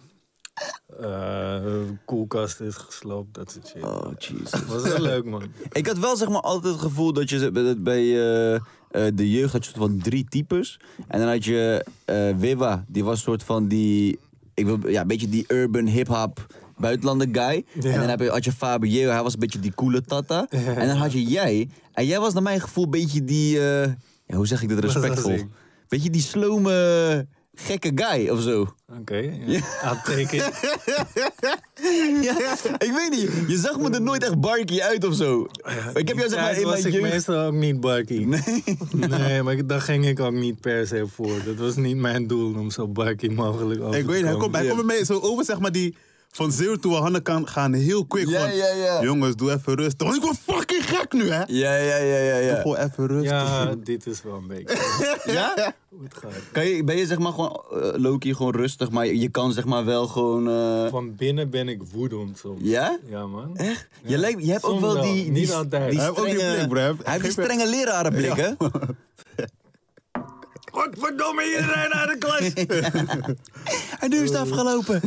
Speaker 6: eh, koelkast is gesloopt, dat soort shit.
Speaker 4: Oh, jeez.
Speaker 6: Was heel leuk, man.
Speaker 4: Ik had wel zeg maar altijd het gevoel dat je ze- dat bij eh, eh, de jeugd had je soort van drie types. En dan had je eh Wiwa, die was soort van die, ik wil, ja, een beetje die urban hip-hop buitenlander guy.
Speaker 6: Ja.
Speaker 4: En dan heb je, had je Fabio, hij was een beetje die coole tata. En dan had je jij, en jij was naar mijn gevoel een beetje die, eh, ja, hoe zeg ik dit
Speaker 6: was
Speaker 4: respectvol?
Speaker 6: ik?
Speaker 4: Beetje die slome, gekke guy of zo.
Speaker 6: Oké, ja. Ah, aanteken.
Speaker 4: Ja, ik weet niet, je zag me er nooit echt barkie uit of zo. Ik heb jou zeg maar
Speaker 6: Tijd
Speaker 4: in
Speaker 6: was
Speaker 4: mijn
Speaker 6: ik
Speaker 4: jeugd...
Speaker 6: meestal ook niet barkie. Nee. nee, maar ik- daar ging ik ook niet per se voor. Dat was niet mijn doel om zo barkie mogelijk over
Speaker 5: Ik
Speaker 6: te
Speaker 5: weet, hij
Speaker 6: komen.
Speaker 5: komt hij komt bij mij zo over, zeg maar, die van 0 to 100 kan gaan heel quick.
Speaker 4: Ja,
Speaker 5: van,
Speaker 4: ja, ja.
Speaker 5: Jongens, doe even rust. Want ik word fucking gek nu, hè?
Speaker 4: Ja, ja, ja, ja, ja.
Speaker 5: Gewoon even rust.
Speaker 6: Ja, dit is wel een beetje
Speaker 4: Ja?
Speaker 6: hoe het gaat.
Speaker 4: Kan je, ben je zeg maar gewoon eh, Loki gewoon rustig, maar je kan zeg maar wel gewoon. eh,
Speaker 6: Van binnen ben ik woedend soms.
Speaker 4: Ja?
Speaker 6: Ja, man.
Speaker 4: Echt? Je, lijkt, je hebt ook
Speaker 6: Soms
Speaker 4: wel
Speaker 6: wel,
Speaker 4: die, die,
Speaker 6: niet altijd.
Speaker 4: die
Speaker 5: Hij heeft ook die
Speaker 4: strenge,
Speaker 5: blik, bro. Hij heeft-
Speaker 4: Hij heeft die
Speaker 5: geef-
Speaker 4: strenge lerarenblik, hè?
Speaker 6: Godverdomme, iedereen naar de klas! Oh.
Speaker 4: En nu is het afgelopen.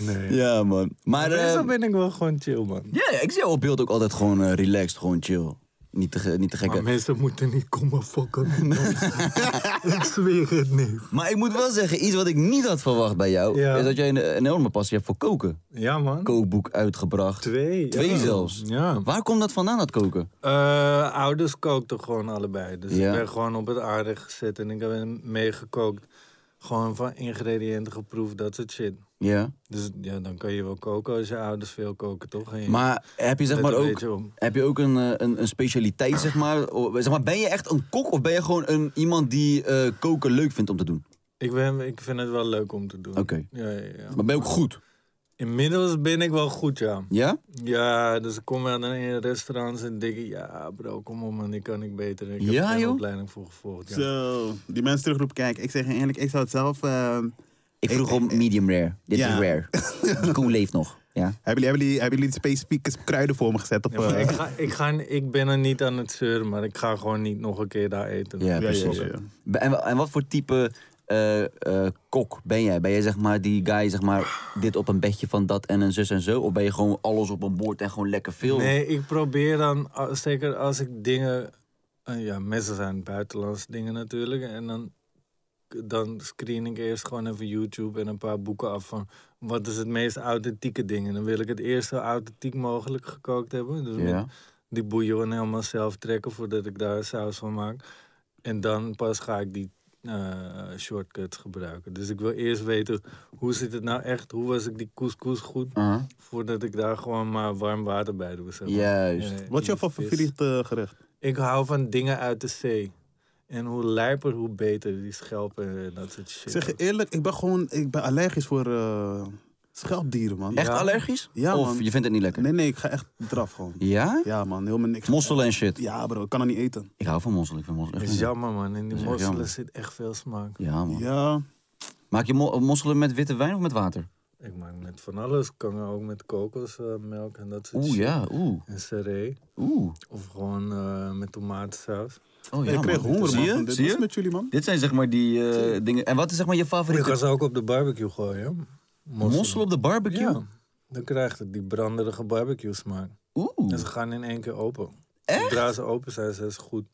Speaker 6: Nee.
Speaker 4: Ja, man. Maar eh,
Speaker 6: Meestal ben ik wel gewoon chill, man.
Speaker 4: ja, ja, ik zie jou op beeld ook altijd gewoon eh, relaxed, gewoon chill. Niet te, ge- niet te gekke.
Speaker 6: Maar mensen moeten niet komen fokken. ik zweer het niet.
Speaker 4: Maar ik moet wel zeggen, iets wat ik niet had verwacht bij jou,
Speaker 6: Ja.
Speaker 4: is dat jij een, een enorme passie hebt voor koken.
Speaker 6: Ja, man.
Speaker 4: Kookboek uitgebracht.
Speaker 6: Twee.
Speaker 4: Twee
Speaker 6: ja.
Speaker 4: zelfs.
Speaker 6: Ja.
Speaker 4: Waar komt dat vandaan, dat koken?
Speaker 6: Eh, ouders kookten gewoon allebei. Dus
Speaker 4: Ja.
Speaker 6: ik ben gewoon op het aarde gezet en ik heb meegekookt. Gewoon van ingrediënten geproefd, dat soort shit.
Speaker 4: Ja.
Speaker 6: Dus ja, dan kan je wel koken als je ouders veel koken, toch? En je-
Speaker 4: Maar heb je zeg
Speaker 6: Let
Speaker 4: maar
Speaker 6: een
Speaker 4: ook,
Speaker 6: beetje om.
Speaker 4: heb je ook een, eh, een, een specialiteit, zeg maar? O, zeg maar? Ben je echt een kok of ben je gewoon een, iemand die eh, koken leuk vindt om te doen?
Speaker 6: Ik, ben, ik vind het wel leuk om te doen.
Speaker 4: Oké.
Speaker 6: Ja, ja, ja.
Speaker 4: Maar ben je ook goed?
Speaker 6: Inmiddels ben ik wel goed, ja.
Speaker 4: Ja?
Speaker 6: Ja, dus ik kom wel naar een restaurants en denk ik, ja bro, kom op man, die kan ik beter. Ik
Speaker 4: Ja,
Speaker 6: heb er
Speaker 4: joh.
Speaker 6: een opleiding voor gevolgd. Ja.
Speaker 5: Zo, die mensen terugroepen, kijk, ik zeg je eerlijk, ik zou het zelf... eh,
Speaker 4: Ik vroeg om medium rare. Dit
Speaker 5: Ja.
Speaker 4: is rare. Die koe leeft nog. Ja.
Speaker 5: hebben, jullie, hebben, jullie, hebben jullie specifieke kruiden voor me gezet? Of,
Speaker 6: Ja, maar
Speaker 5: eh,
Speaker 6: ik, ga, ik, ga, ik ben er niet aan het zeuren, maar ik ga gewoon niet nog een keer daar eten.
Speaker 4: Ja,
Speaker 5: ja, ja,
Speaker 4: precies.
Speaker 5: ja.
Speaker 4: Be- En, wa- en wat voor type eh, eh, kok ben jij? Ben jij zeg maar die guy, zeg maar, dit op een bedje van dat en een zus en zo? Of ben je gewoon alles op een bord en gewoon lekker veel?
Speaker 6: Nee, ik probeer dan, a- zeker als ik dingen, eh, ja, messen zijn buitenlandse dingen natuurlijk. En dan, dan screen ik eerst gewoon even YouTube en een paar boeken af van wat is het meest authentieke ding. En dan wil ik het eerst zo authentiek mogelijk gekookt hebben. Dus met
Speaker 4: Ja.
Speaker 6: die bouillon helemaal zelf trekken voordat ik daar saus van maak. En dan pas ga ik die eh, shortcuts gebruiken. Dus ik wil eerst weten hoe zit het nou echt? Hoe was ik die couscous goed?
Speaker 4: Uh-huh.
Speaker 6: Voordat ik daar gewoon maar warm water bij doe. Zeg maar.
Speaker 4: Juist.
Speaker 6: Eh,
Speaker 5: Wat is jouw
Speaker 6: vis.
Speaker 5: favoriete eh, gerecht?
Speaker 6: Ik hou van dingen uit de zee. En hoe lijper, hoe beter. Die schelpen en dat soort shit.
Speaker 5: Ik zeg je eerlijk, ik ben gewoon ik ben allergisch voor eh, schelpdieren, man.
Speaker 4: Echt
Speaker 6: Ja.
Speaker 4: allergisch?
Speaker 5: Ja,
Speaker 4: of
Speaker 5: man.
Speaker 4: je vindt het niet lekker?
Speaker 5: Nee, nee, ik ga echt eraf gewoon.
Speaker 4: Ja?
Speaker 5: Ja, man, helemaal niks.
Speaker 4: Mosselen en shit.
Speaker 5: Ja, bro, ik kan het niet eten.
Speaker 4: Ik hou van mosselen. Ik vind mosselen echt
Speaker 6: is
Speaker 4: lekker.
Speaker 6: jammer, man. In die
Speaker 4: is echt jammer.
Speaker 6: mosselen zit echt veel smaak.
Speaker 4: Ja, man.
Speaker 5: Ja,
Speaker 4: Maak je mo- mosselen met witte wijn of met water?
Speaker 6: Ik maak met van alles. Kan ook met kokosmelk en dat soort
Speaker 4: Oeh,
Speaker 6: shit.
Speaker 4: ja, oeh.
Speaker 6: En seré.
Speaker 4: Oeh.
Speaker 6: Of gewoon eh, met tomatensaus.
Speaker 4: Oh,
Speaker 5: ik kreeg honger,
Speaker 4: Zie
Speaker 5: man,
Speaker 4: je?
Speaker 5: van dit.
Speaker 4: Zie
Speaker 5: Wat
Speaker 4: je?
Speaker 5: is met jullie, man?
Speaker 4: Dit zijn zeg maar die eh, dingen. En wat is zeg maar je
Speaker 6: Je
Speaker 4: favoriete
Speaker 6: kan ze ook op de barbecue gooien. Mossel.
Speaker 4: mossel op de barbecue?
Speaker 6: Ja. Dan krijgt het die branderige barbecue smaak.
Speaker 4: Oeh.
Speaker 6: En ze gaan in één keer open.
Speaker 4: Echt?
Speaker 6: Zodra ze open zijn, zijn ze goed.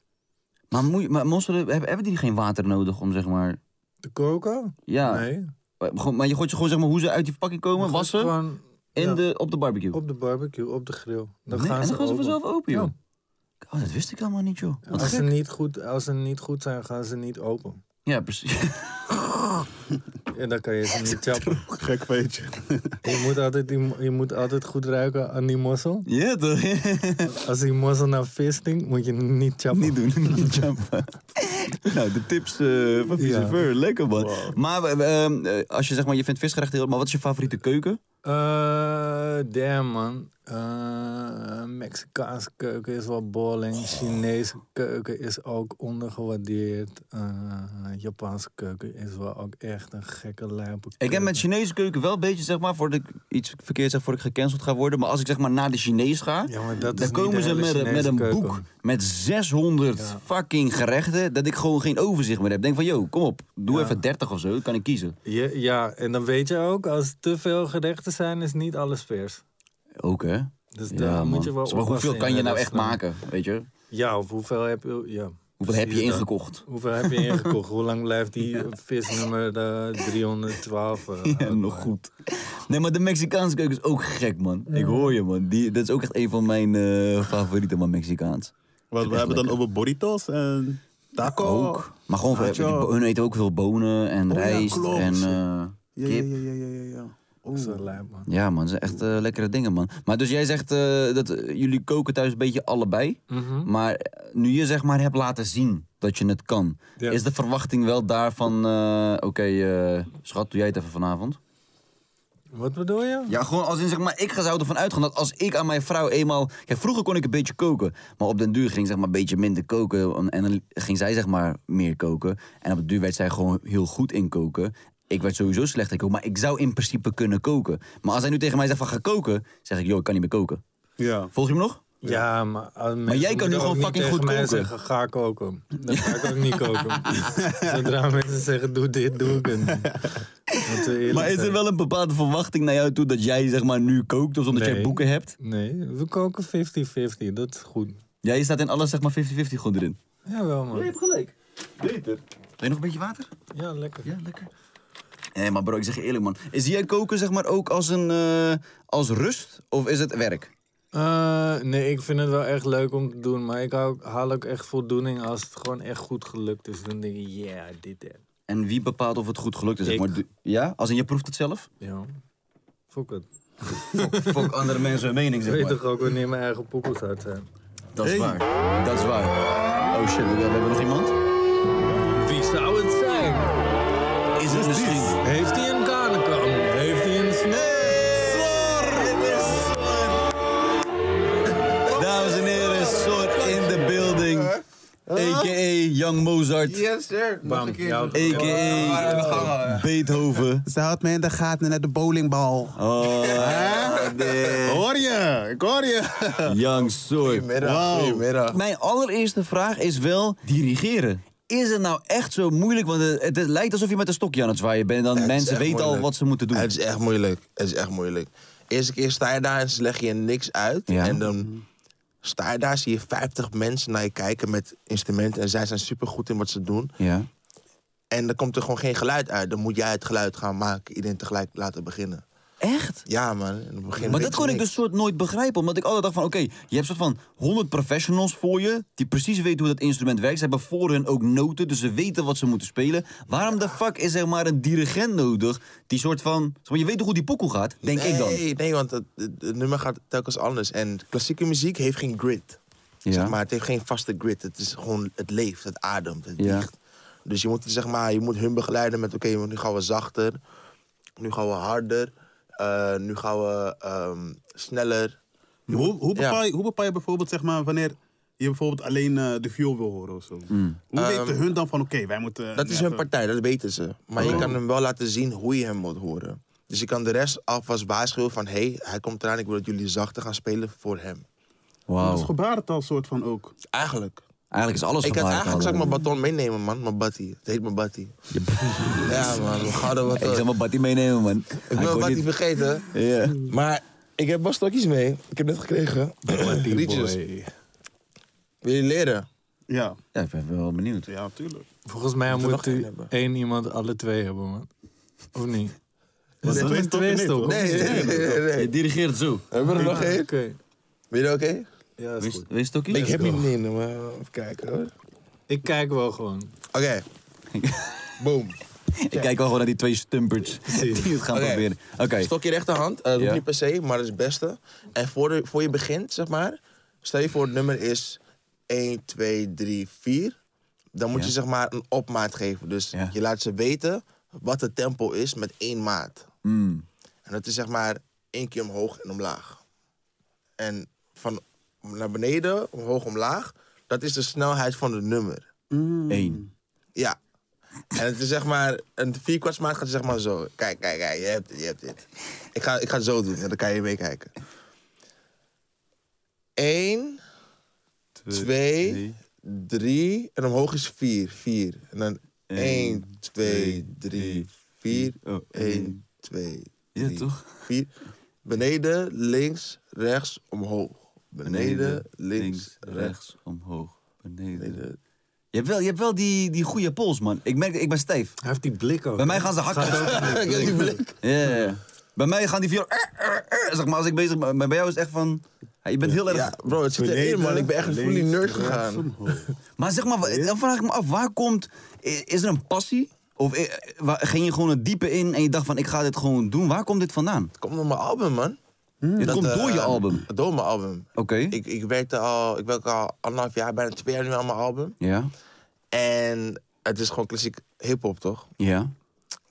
Speaker 4: Maar, moe- maar mosselen, hebben, hebben die geen water nodig om zeg maar...
Speaker 6: De koken?
Speaker 4: Ja,
Speaker 6: Nee.
Speaker 4: maar, gewoon- maar je gooit ze gewoon zeg maar hoe ze uit die verpakking komen, wassen,
Speaker 6: Gewoon
Speaker 4: in
Speaker 6: ja.
Speaker 4: de, op de barbecue.
Speaker 6: op de barbecue, op de grill. Dan
Speaker 4: Nee,
Speaker 6: gaan
Speaker 4: en
Speaker 6: ze
Speaker 4: dan gaan ze
Speaker 6: open.
Speaker 4: vanzelf open, joh.
Speaker 6: Ja.
Speaker 4: Oh, dat wist ik allemaal niet, joh. Wat
Speaker 6: Als ze,
Speaker 4: gek.
Speaker 6: niet goed, als ze niet goed zijn, gaan ze niet open.
Speaker 4: Ja, precies.
Speaker 6: En dan kan je ze niet chappen.
Speaker 5: Gek feitje.
Speaker 6: Je moet, altijd, die mo- je moet altijd goed ruiken aan die mossel.
Speaker 4: Ja, toch?
Speaker 6: Als die mossel naar vis stinkt, moet je niet chappen.
Speaker 4: niet doen, niet jumpen. nou, de tips eh, van
Speaker 6: Ja.
Speaker 4: Visever, lekker man. Maar eh, eh, als je zeg maar, je vindt visgerechten heel... Maar wat is je favoriete keuken?
Speaker 6: Eh, damn man. Eh, Mexicaanse keuken is wel boring. Chinese keuken is ook ondergewaardeerd. Eh, Japanse keuken is wel ook echt een gekke lijpe
Speaker 4: Ik heb met
Speaker 6: keuken.
Speaker 4: Chinese keuken wel een beetje, zeg maar, voordat ik iets verkeerd zeg, voordat ik gecanceld ga worden. Maar als ik zeg maar naar de Chinees ga,
Speaker 6: Ja, maar dat
Speaker 4: dan
Speaker 6: is niet
Speaker 4: komen
Speaker 6: de
Speaker 4: ze
Speaker 6: hele
Speaker 4: met, een- met
Speaker 6: Chinese
Speaker 4: een
Speaker 6: keuken.
Speaker 4: boek met 600
Speaker 6: Ja.
Speaker 4: fucking gerechten, dat ik gewoon geen overzicht meer heb. Denk van, yo, kom op, doe even 30 of zo, dan kan ik kiezen.
Speaker 6: Ja, ja, en dan weet je ook, als er te veel gerechten zijn, is niet alles vers.
Speaker 4: Ook hè?
Speaker 6: Dus
Speaker 4: Ja,
Speaker 6: daar
Speaker 4: man.
Speaker 6: moet je wel
Speaker 4: Zeg maar,
Speaker 6: oppassen
Speaker 4: hoeveel
Speaker 6: in
Speaker 4: kan je
Speaker 6: een
Speaker 4: nou echt
Speaker 6: restaurant.
Speaker 4: maken, weet je?
Speaker 6: Ja, of hoeveel heb je... Ja,
Speaker 4: Hoeveel heb je
Speaker 6: precies dat.
Speaker 4: ingekocht?
Speaker 6: Hoeveel heb je ingekocht? Hoe lang blijft die eh, visnummer eh, 312? eh,
Speaker 4: Ja,
Speaker 6: houdbaar?
Speaker 4: nog goed. Nee, maar de Mexicaanse keuken is ook gek, man. Ik hoor je, man. Die, dat is ook echt een van mijn eh, favorieten, man, Mexicaans.
Speaker 5: Wat, we hebben dan
Speaker 4: lekker.
Speaker 5: over burritos en taco.
Speaker 4: Ook. Maar gewoon, voor,
Speaker 5: Nacho.
Speaker 4: die- hun eten ook veel bonen en
Speaker 5: Ah, Oh, ja,
Speaker 4: rijst
Speaker 5: klopt.
Speaker 4: en eh,
Speaker 5: Ja,
Speaker 4: kip.
Speaker 5: ja, ja, ja, ja, ja.
Speaker 6: Dat is wel lijp, man.
Speaker 4: Ja man, dat zijn echt eh, lekkere dingen man. Maar dus jij zegt eh, dat eh, jullie koken thuis een beetje allebei.
Speaker 5: Mhm.
Speaker 4: Maar eh, nu je zeg maar hebt laten zien dat je het kan.
Speaker 6: Ja.
Speaker 4: Is de verwachting wel daarvan, eh, oké eh, schat, doe jij het even vanavond?
Speaker 6: Wat bedoel je?
Speaker 4: Ja, gewoon als in zeg maar, ik ga zou ervan uitgaan dat als ik aan mijn vrouw eenmaal... Kijk, vroeger kon ik een beetje koken, maar op den duur ging ik, zeg maar een beetje minder koken. en- En dan ging zij zeg maar meer koken. En op den duur werd zij gewoon heel goed in koken. Ik werd sowieso slecht in koken, maar ik zou in principe kunnen koken. Maar als zij nu tegen mij zegt van ga koken, zeg ik joh, ik kan niet meer koken.
Speaker 5: Ja.
Speaker 4: Volg je me nog?
Speaker 6: Ja, maar... als mensen
Speaker 4: jij kan
Speaker 6: moeten
Speaker 4: nu
Speaker 6: ook
Speaker 4: gewoon
Speaker 6: niet
Speaker 4: fucking
Speaker 6: tegen
Speaker 4: goed
Speaker 6: mij
Speaker 4: koken.
Speaker 6: zeggen, ga koken. Dan ga ik ook niet koken. Zodra mensen zeggen, doe dit, doe ik het niet. Moeten we eerlijk
Speaker 4: Maar is er
Speaker 6: zijn.
Speaker 4: wel een bepaalde verwachting naar jou toe dat jij zeg maar nu kookt of omdat jij
Speaker 6: Nee.
Speaker 4: boeken hebt?
Speaker 6: Nee, we koken 50-50. Dat is goed.
Speaker 4: Jij staat in alles zeg maar 50-50 goed erin.
Speaker 6: Jawel, man.
Speaker 4: gelijk. Beter. Wil je nog een beetje water?
Speaker 6: Ja, lekker.
Speaker 4: Ja, lekker. Nee, maar bro, ik zeg je eerlijk man. Zie jij koken zeg maar ook als een eh, als rust of is het werk?
Speaker 6: Eh, nee, ik vind het wel echt leuk om te doen. Maar ik hou, haal ook echt voldoening als het gewoon echt goed gelukt is. Dan denk ik, yeah, I did that.
Speaker 4: En wie bepaalt of het goed gelukt is? Zeg
Speaker 6: Ik.
Speaker 4: maar, Du- ja? Als in je proeft het zelf?
Speaker 6: Ja. Fuck het.
Speaker 4: Fuck andere mensen hun mening
Speaker 6: Ik weet toch ook wanneer mijn eigen pokkels uit zijn.
Speaker 4: Dat is waar. Dat is waar. Oh shit, we, we hebben nog iemand?
Speaker 6: Wie zou het zijn?
Speaker 4: Is het misschien...
Speaker 6: Heeft hij een kanekam? Heeft hij een sne-
Speaker 4: Dames en heren, Sor in the building. A.k.a. Young Mozart.
Speaker 7: Yes, sir. Nog een keer.
Speaker 6: Ja,
Speaker 4: A.k.a. Beethoven.
Speaker 5: Ze houdt me in de gaten naar de bowlingbal.
Speaker 4: Oh,
Speaker 5: Hoor je? Ik hoor je.
Speaker 4: Young Sor.
Speaker 7: Goedemiddag. Goedemiddag.
Speaker 4: Mijn allereerste vraag is wel dirigeren. Is het nou echt zo moeilijk? Want eh, het, het lijkt alsof je met een stokje aan het zwaaien bent. En dan
Speaker 7: Het is
Speaker 4: mensen
Speaker 7: echt
Speaker 4: weten al
Speaker 7: moeilijk.
Speaker 4: wat ze moeten doen.
Speaker 7: Het is echt moeilijk. Het is echt moeilijk. Eerste keer sta je daar en ze leggen je niks uit.
Speaker 4: Ja.
Speaker 7: En dan sta je daar, zie je 50 mensen naar je kijken met instrumenten. En zij zijn supergoed in wat ze doen.
Speaker 4: Ja.
Speaker 7: En dan komt er gewoon geen geluid uit. Dan moet jij het geluid gaan maken. Iedereen tegelijk laten beginnen.
Speaker 4: Echt?
Speaker 7: Ja, man. In het begin
Speaker 4: Maar
Speaker 7: weet
Speaker 4: dat
Speaker 7: je
Speaker 4: kon ik
Speaker 7: niks.
Speaker 4: dus soort nooit begrijpen. Omdat ik altijd dacht van, oké, je hebt soort van 100 professionals voor je... die precies weten hoe dat instrument werkt. Ze hebben voor hun ook noten, dus ze weten wat ze moeten spelen. Waarom de fuck is er maar een dirigent nodig... die soort van... Zeg maar, je weet toch hoe die pokoe gaat? Denk ik dan.
Speaker 7: Nee, nee want het, het- het nummer gaat telkens anders. En klassieke muziek heeft geen grid.
Speaker 4: Ja.
Speaker 7: Zeg maar, het heeft geen vaste grid. Het is gewoon, het leeft, het ademt, het
Speaker 4: Ja.
Speaker 7: vliegt. Dus je moet, zeg maar, je moet hun begeleiden met... Oké, nu gaan we zachter. Nu gaan we harder. eh, nu gaan we ehm, sneller.
Speaker 5: Hoe, hoe,
Speaker 7: Ja.
Speaker 5: bepaal je, hoe bepaal je bijvoorbeeld, zeg maar, wanneer je bijvoorbeeld alleen eh, de viool wil horen of zo? Hoe weten hun dan van, oké, wij moeten...
Speaker 7: Ehm, Dat is
Speaker 5: ja,
Speaker 7: hun partij, dat weten ze. Maar je kan hem wel laten zien hoe je hem moet horen. Dus ik kan de rest alvast waarschuwen van... hé, hey, hij komt eraan, ik wil dat jullie zachter gaan spelen voor hem.
Speaker 5: Dat is
Speaker 4: Wauw.
Speaker 5: gebarentaal soort van ook.
Speaker 7: Eigenlijk.
Speaker 4: Eigenlijk is alles
Speaker 7: Ik had
Speaker 4: gevaarlijk
Speaker 7: eigenlijk zou ik
Speaker 4: al.
Speaker 7: mijn baton meenemen, man. Mijn batty. Het heet mijn batty. Ja, man. We hadden wat...
Speaker 4: Hey, Ik zal mijn Batty meenemen, man.
Speaker 7: eh, Ik ben mijn batty vergeten.
Speaker 4: Ja.
Speaker 7: Maar ik heb borststokjes mee. Ik heb net gekregen. Rietjes. Wil je leren?
Speaker 5: Ja,
Speaker 4: Ja, ik ben wel benieuwd.
Speaker 5: ja, tuurlijk.
Speaker 6: Volgens mij
Speaker 7: er nog
Speaker 6: moet
Speaker 7: één
Speaker 6: u
Speaker 7: hebben.
Speaker 6: één iemand alle twee hebben, man. Of niet?
Speaker 5: Was
Speaker 6: dat
Speaker 5: twee
Speaker 6: een
Speaker 5: stokken?
Speaker 6: twee
Speaker 5: toch?
Speaker 6: stokken?
Speaker 7: Nee, nee, nee. nee, nee.
Speaker 4: Je dirigeert zo.
Speaker 7: Hebben we er nog
Speaker 6: Oké.
Speaker 7: één? Wil je er ook één?
Speaker 6: Ja, is
Speaker 4: Wees,
Speaker 6: goed.
Speaker 4: wees het ook
Speaker 7: Ik heb niet meer, maar even kijken hoor. Oké,
Speaker 6: Ik kijk wel gewoon.
Speaker 7: boom.
Speaker 4: Ik kijk wel gewoon naar die twee stumperts die het gaan
Speaker 7: Oké.
Speaker 4: proberen. Oké.
Speaker 7: Stok je rechterhand, eh, dat hoeft
Speaker 4: Ja.
Speaker 7: niet per se, maar dat is het beste. En voor, de, voor je begint, zeg maar, stel je voor het nummer is 1, 2, 3, 4. Dan moet
Speaker 4: Ja.
Speaker 7: je zeg maar een opmaat geven. Dus
Speaker 4: Ja.
Speaker 7: je laat ze weten wat het tempo is met één maat.
Speaker 4: Mm.
Speaker 7: En dat is zeg maar één keer omhoog en omlaag. En van naar beneden, omhoog, omlaag, dat is de snelheid van het nummer.
Speaker 4: Eén.
Speaker 7: Ja. En het is zeg maar, een vierkwartsmaat gaat zeg maar zo. Kijk, kijk, kijk, je hebt dit, je hebt dit. Ik ga, ik ga het zo doen en dan kan je meekijken. Eén, twee, drie en omhoog is vier, vier. En dan één, twee, drie, vier,
Speaker 4: Oh,
Speaker 7: één, twee,
Speaker 4: Ja,
Speaker 7: drie,
Speaker 4: toch?
Speaker 7: vier. Beneden, links, rechts, omhoog. Beneden, links, rechts,
Speaker 4: omhoog, beneden.
Speaker 7: beneden.
Speaker 4: Je hebt wel, je hebt wel die, die goede pols, man. Ik merk, ik ben stijf.
Speaker 6: Hij heeft die blik ook.
Speaker 4: Bij mij gaan ze hakken.
Speaker 7: Ik heb die blik.
Speaker 4: Ja, ja, ja. Bij mij gaan die vier... eh, eh, eh, zeg maar, als ik bezig ben. Maar bij jou is het echt van... ja, je bent heel erg...
Speaker 7: Ja, bro, het zit erin, man. Ik ben echt een fully nerd gegaan.
Speaker 4: Maar zeg maar, wa- dan vraag ik me af, waar komt... i- Is er een passie? Of eh, waar- ging je gewoon het diepe in en je dacht van, ik ga dit gewoon doen? Waar komt dit vandaan?
Speaker 7: Komt door mijn album, man.
Speaker 4: dit Hm? komt
Speaker 7: eh,
Speaker 4: door je album.
Speaker 7: Door mijn album.
Speaker 4: Oké.
Speaker 7: Ik, ik werkte al, ik werk al anderhalf jaar, bijna twee jaar nu aan mijn album.
Speaker 4: Ja,
Speaker 7: En het is gewoon klassiek hip-hop, toch?
Speaker 4: ja,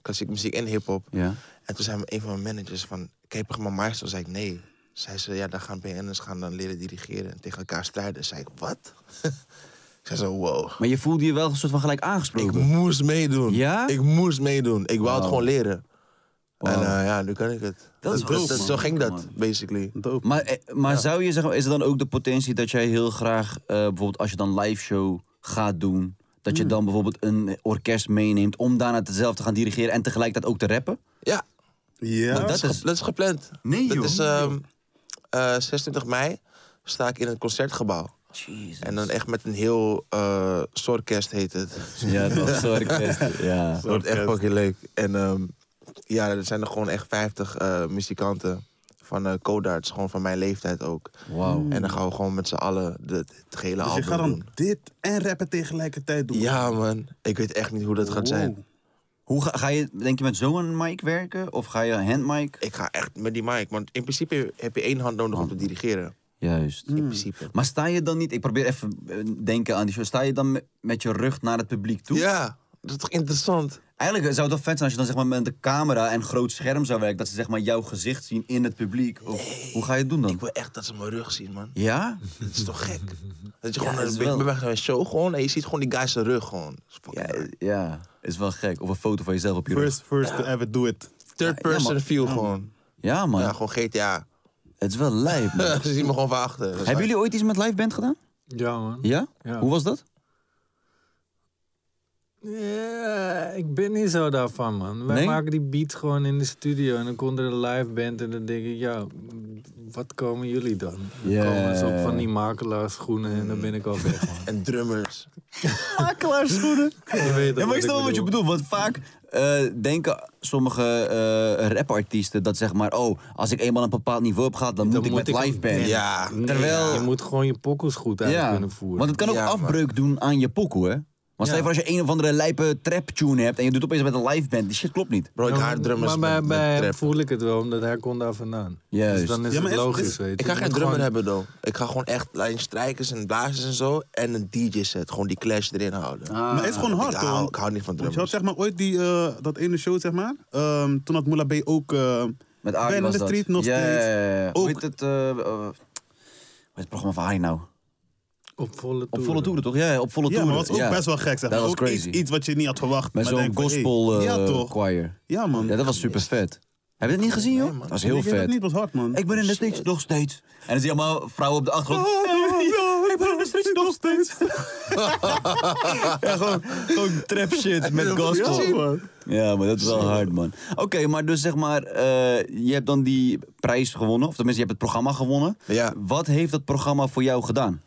Speaker 7: Klassiek muziek en hip-hop.
Speaker 4: ja.
Speaker 7: En toen zei mijn- een van mijn managers van, kijk je mijn maestro? Zei ik, nee. Zei ze, ja, dan gaan BN'ers gaan dan leren dirigeren en tegen elkaar strijden. Zei ik, wat? Zei zo, wow.
Speaker 4: Maar je voelde je wel een soort van gelijk
Speaker 7: Ik
Speaker 4: aangesproken.
Speaker 7: moest meedoen.
Speaker 4: Ja?
Speaker 7: Ik moest meedoen. Ik wou het
Speaker 4: Wauw.
Speaker 7: gewoon leren. En
Speaker 4: Wauw.
Speaker 7: eh, ja, nu kan ik het.
Speaker 4: Dat is wel dope,
Speaker 7: Zo
Speaker 4: man.
Speaker 7: ging
Speaker 4: Man.
Speaker 7: dat, basically.
Speaker 5: Dope.
Speaker 4: Maar, eh, maar zou je zeggen, is er dan ook de potentie dat jij heel graag, eh, bijvoorbeeld als je dan live show gaat doen, dat je dan bijvoorbeeld een orkest meeneemt om daarna het zelf te gaan dirigeren en tegelijkertijd ook te rappen?
Speaker 7: Ja,
Speaker 5: Ja.
Speaker 4: Want dat
Speaker 7: Dat
Speaker 4: is.
Speaker 7: is, dat is gepland.
Speaker 4: Nee,
Speaker 7: dat
Speaker 4: joh.
Speaker 7: is ehm, eh, 26 mei sta ik in het concertgebouw. En dan echt met een heel eh orkest heet het.
Speaker 4: Ja, dat is een orkest. Ja.
Speaker 7: Het wordt echt fucking leuk. En ehm, ja, er zijn er gewoon echt 50 eh, muzikanten van eh Codarts, gewoon van mijn leeftijd ook.
Speaker 4: Wauw.
Speaker 7: En dan gaan we gewoon met z'n allen de- het gehele
Speaker 5: Dus je
Speaker 7: album
Speaker 5: gaat dan
Speaker 7: doen.
Speaker 5: dit en rappen tegelijkertijd doen.
Speaker 7: Ja man, ik weet echt niet hoe dat gaat zijn.
Speaker 4: Hoe ga, ga je, denk je, met zo'n mic werken? Of ga je handmic?
Speaker 7: Ik ga echt met die mic, want in principe heb je één hand nodig
Speaker 4: Oh.
Speaker 7: om te dirigeren.
Speaker 4: Juist.
Speaker 7: In principe.
Speaker 4: Hmm. Maar sta je dan niet, ik probeer even eh, denken aan die show, sta je dan me- met je rug naar het publiek toe?
Speaker 7: Ja, dat is toch interessant?
Speaker 4: Eigenlijk zou het wel vet zijn als je dan zeg maar met de camera en groot scherm zou werken, dat ze zeg maar jouw gezicht zien in het publiek. Of, Hoe ga je het doen dan?
Speaker 7: Ik wil echt dat ze mijn rug zien, man.
Speaker 4: Ja?
Speaker 7: Dat is toch gek? Dat je
Speaker 4: Ja,
Speaker 7: gewoon
Speaker 4: dat
Speaker 7: naar
Speaker 4: is
Speaker 7: de big
Speaker 4: wel-
Speaker 7: ben bij een show gewoon en je ziet gewoon die guy zijn rug gewoon. Dat is fucking
Speaker 4: Ja,
Speaker 7: raar.
Speaker 4: ja, is wel gek. Of een foto van jezelf op je rug.
Speaker 5: First, first to ever do it.
Speaker 7: Third person view gewoon.
Speaker 4: Ja man,
Speaker 7: Ja, gewoon GTA.
Speaker 4: het is wel lijp man.
Speaker 7: ze zien me gewoon van achter. Dat is
Speaker 4: Hebben jullie ooit iets met live band gedaan?
Speaker 6: Ja, man.
Speaker 4: Ja?
Speaker 6: Ja.
Speaker 4: Hoe was dat?
Speaker 6: Ja, ik ben niet zo daarvan, man. Wij
Speaker 4: Nee?
Speaker 6: maken die beat gewoon in de studio en dan komt er een live band en dan denk ik, ja, wat komen jullie dan? Dan
Speaker 4: Ja.
Speaker 6: komen ze op van die makelaars schoenen en dan ben ik al weg, man.
Speaker 7: waar. En drummers.
Speaker 4: Makelaarschoenen.
Speaker 6: Je weet
Speaker 4: Ja, maar ik snap wel wat je
Speaker 6: bedoelt.
Speaker 4: bedoelt. Want vaak eh, denken sommige eh rapartiesten dat zeg maar... Oh, als ik eenmaal een bepaald niveau heb gehad, dan, moet ik
Speaker 6: moet
Speaker 4: met
Speaker 6: ik
Speaker 4: live
Speaker 6: een
Speaker 4: band.
Speaker 6: band.
Speaker 7: Ja.
Speaker 6: Nee,
Speaker 4: Terwijl-
Speaker 6: Je moet gewoon je pokkels goed uit
Speaker 4: Ja,
Speaker 6: kunnen voeren.
Speaker 4: want het kan ook
Speaker 7: Ja, maar-
Speaker 4: afbreuk doen aan je pokoe, hè? Want stel je
Speaker 6: Ja.
Speaker 4: voor als je een of andere lijpe trap tune hebt en je doet opeens met een live band, die shit klopt niet.
Speaker 7: Bro, ik
Speaker 6: Ja,
Speaker 7: haat drummers
Speaker 6: Maar bij,
Speaker 7: met,
Speaker 6: bij
Speaker 7: met
Speaker 6: hem
Speaker 7: trap.
Speaker 6: voel ik het wel, omdat hij kon daar vandaan.
Speaker 4: Juist.
Speaker 6: Dus dan is
Speaker 5: Ja, maar
Speaker 6: het
Speaker 5: is-
Speaker 6: logisch,
Speaker 5: is-
Speaker 6: weet je.
Speaker 7: Ik ga
Speaker 6: Je
Speaker 7: geen
Speaker 6: moet
Speaker 7: drummer
Speaker 6: gewoon-
Speaker 7: hebben, though. Ik ga gewoon echt lijn strijkers en blazers en zo. En een DJ-set. Gewoon die clash erin houden.
Speaker 4: Ah.
Speaker 5: maar het is gewoon hard,
Speaker 7: ik,
Speaker 5: hoor.
Speaker 7: hou, ik hou niet van
Speaker 5: Want je had
Speaker 7: drummers.
Speaker 5: zeg maar ooit die, eh, dat ene show, zeg maar. ehm, toen had Moula B ook... eh,
Speaker 4: Met Arie
Speaker 5: Ben
Speaker 4: was
Speaker 5: in de
Speaker 4: dat.
Speaker 5: Street nog
Speaker 4: Ja, ja,
Speaker 5: steeds.
Speaker 4: ja, ja. Hoe
Speaker 5: Ook-
Speaker 4: heet het, eh, eh, hoe heet het programma van Arie nou?
Speaker 6: Op volle
Speaker 4: Op
Speaker 6: toeren.
Speaker 4: volle toeren toch? Ja, ja, op volle
Speaker 5: Ja,
Speaker 4: toeren.
Speaker 5: maar dat was ook
Speaker 4: ja.
Speaker 5: best wel gek, zeg maar.
Speaker 4: Dat was
Speaker 5: Ook iets,
Speaker 4: crazy.
Speaker 5: iets wat je niet had
Speaker 4: Met
Speaker 5: verwacht. maar
Speaker 4: zo'n
Speaker 5: denk van, hey,
Speaker 4: gospel eh
Speaker 5: ja, toch?
Speaker 4: choir.
Speaker 5: Ja, man.
Speaker 4: Ja, dat was super vet. Heb je dat niet gezien, joh?
Speaker 7: Nee, man.
Speaker 4: dat was heel
Speaker 5: Ik weet
Speaker 4: vet.
Speaker 5: dat niet, was hard, man.
Speaker 4: Ik ben in de steeds nog steeds. En dan zie je allemaal vrouwen op de achtergrond.
Speaker 5: ik ben er steeds nog steeds.
Speaker 4: Ja, gewoon, gewoon trap shit met gospel.
Speaker 5: Ja, man.
Speaker 4: Ja, maar dat is wel hard, man. Oké, maar dus zeg maar, eh, je hebt dan die prijs gewonnen. Of tenminste, je hebt het programma gewonnen.
Speaker 7: Ja.
Speaker 4: Wat heeft dat programma voor jou gedaan?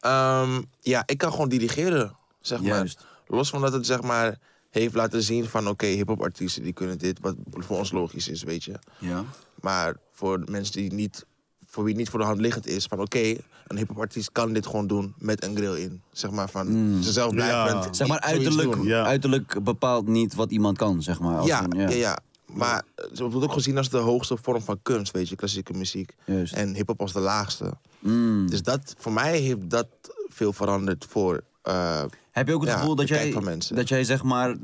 Speaker 7: Ehm, ja, ik kan gewoon dirigeren, zeg
Speaker 4: Juist.
Speaker 7: maar. Los van dat het, zeg maar, heeft laten zien van... oké, hip-hop artiesten die kunnen dit, wat voor ons logisch is, weet je.
Speaker 4: Ja.
Speaker 7: Maar voor de mensen die niet, voor wie het niet voor de hand liggend is, van oké, een hip-hop artiest kan dit gewoon doen met een grill in. Zeg maar van ze zelf blij
Speaker 5: Ja.
Speaker 7: bent.
Speaker 4: Mm. Zeg maar,
Speaker 7: zoiets
Speaker 4: uiterlijk,
Speaker 7: doen.
Speaker 5: Ja.
Speaker 4: uiterlijk bepaalt niet wat iemand kan, zeg maar. Als
Speaker 7: Ja,
Speaker 4: een-
Speaker 7: ja, ja. Maar eh, ze wordt ook gezien als de hoogste vorm van kunst, weet je, klassieke muziek.
Speaker 4: Juist.
Speaker 7: En hip-hop als de laagste.
Speaker 4: Mm.
Speaker 7: Dus dat, voor mij heeft dat veel veranderd voor. eh,
Speaker 4: Heb je ook het
Speaker 7: Ja,
Speaker 4: gevoel dat
Speaker 7: de kijk
Speaker 4: jij,
Speaker 7: van mensen.
Speaker 4: dat jij, zeg maar,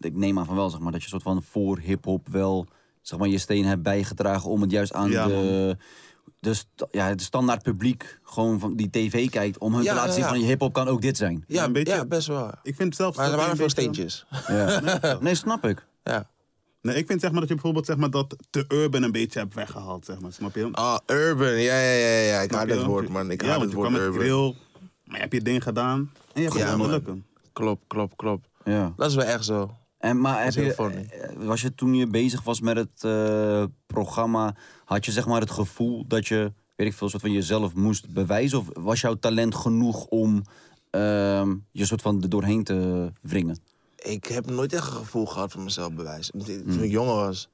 Speaker 4: ik neem aan van wel, zeg maar, dat je soort van voor hip-hop wel, zeg maar, je steen hebt bijgedragen om het juist aan
Speaker 5: Ja,
Speaker 4: de, de, sta- ja, het standaard publiek, gewoon van die tv kijkt, om hun
Speaker 7: Ja,
Speaker 4: te laten
Speaker 7: ja,
Speaker 4: zien
Speaker 7: ja.
Speaker 4: van je hip-hop kan ook dit zijn.
Speaker 7: ja,
Speaker 5: een beetje-
Speaker 7: ja, best wel.
Speaker 5: Ik vind zelfs...
Speaker 7: Maar
Speaker 5: dat
Speaker 7: er
Speaker 5: je
Speaker 7: waren
Speaker 5: een
Speaker 7: veel
Speaker 5: beetje-
Speaker 7: steentjes.
Speaker 4: Ja. Nee, snap ik.
Speaker 7: Ja.
Speaker 5: Nee, ik vind zeg maar dat je bijvoorbeeld zeg maar, dat de urban een beetje hebt weggehaald, zeg maar. Snap je?
Speaker 7: Ah, urban. Ja, ja, ja, ja. Ik haat
Speaker 5: Snap
Speaker 7: dat
Speaker 5: je?
Speaker 7: woord, man. Ik
Speaker 5: ja,
Speaker 7: haat
Speaker 5: want je
Speaker 7: het woord
Speaker 5: kwam met
Speaker 7: urban.
Speaker 5: grill, maar heb je ding gedaan en je
Speaker 7: Ja,
Speaker 5: gaat
Speaker 7: man.
Speaker 5: lukken.
Speaker 7: Klopt, klopt, klopt.
Speaker 4: Ja.
Speaker 7: Dat is wel echt zo.
Speaker 4: En, maar heb
Speaker 7: is heel
Speaker 4: je,
Speaker 7: funny.
Speaker 4: eh, was je toen je bezig was met het eh, programma, had je zeg maar het gevoel dat je, weet ik veel, soort van jezelf moest bewijzen? Of was jouw talent genoeg om ehm, je soort van er doorheen te wringen?
Speaker 7: Ik heb nooit echt een gevoel gehad van mezelf bewijzen. Toen toen ik jonger was.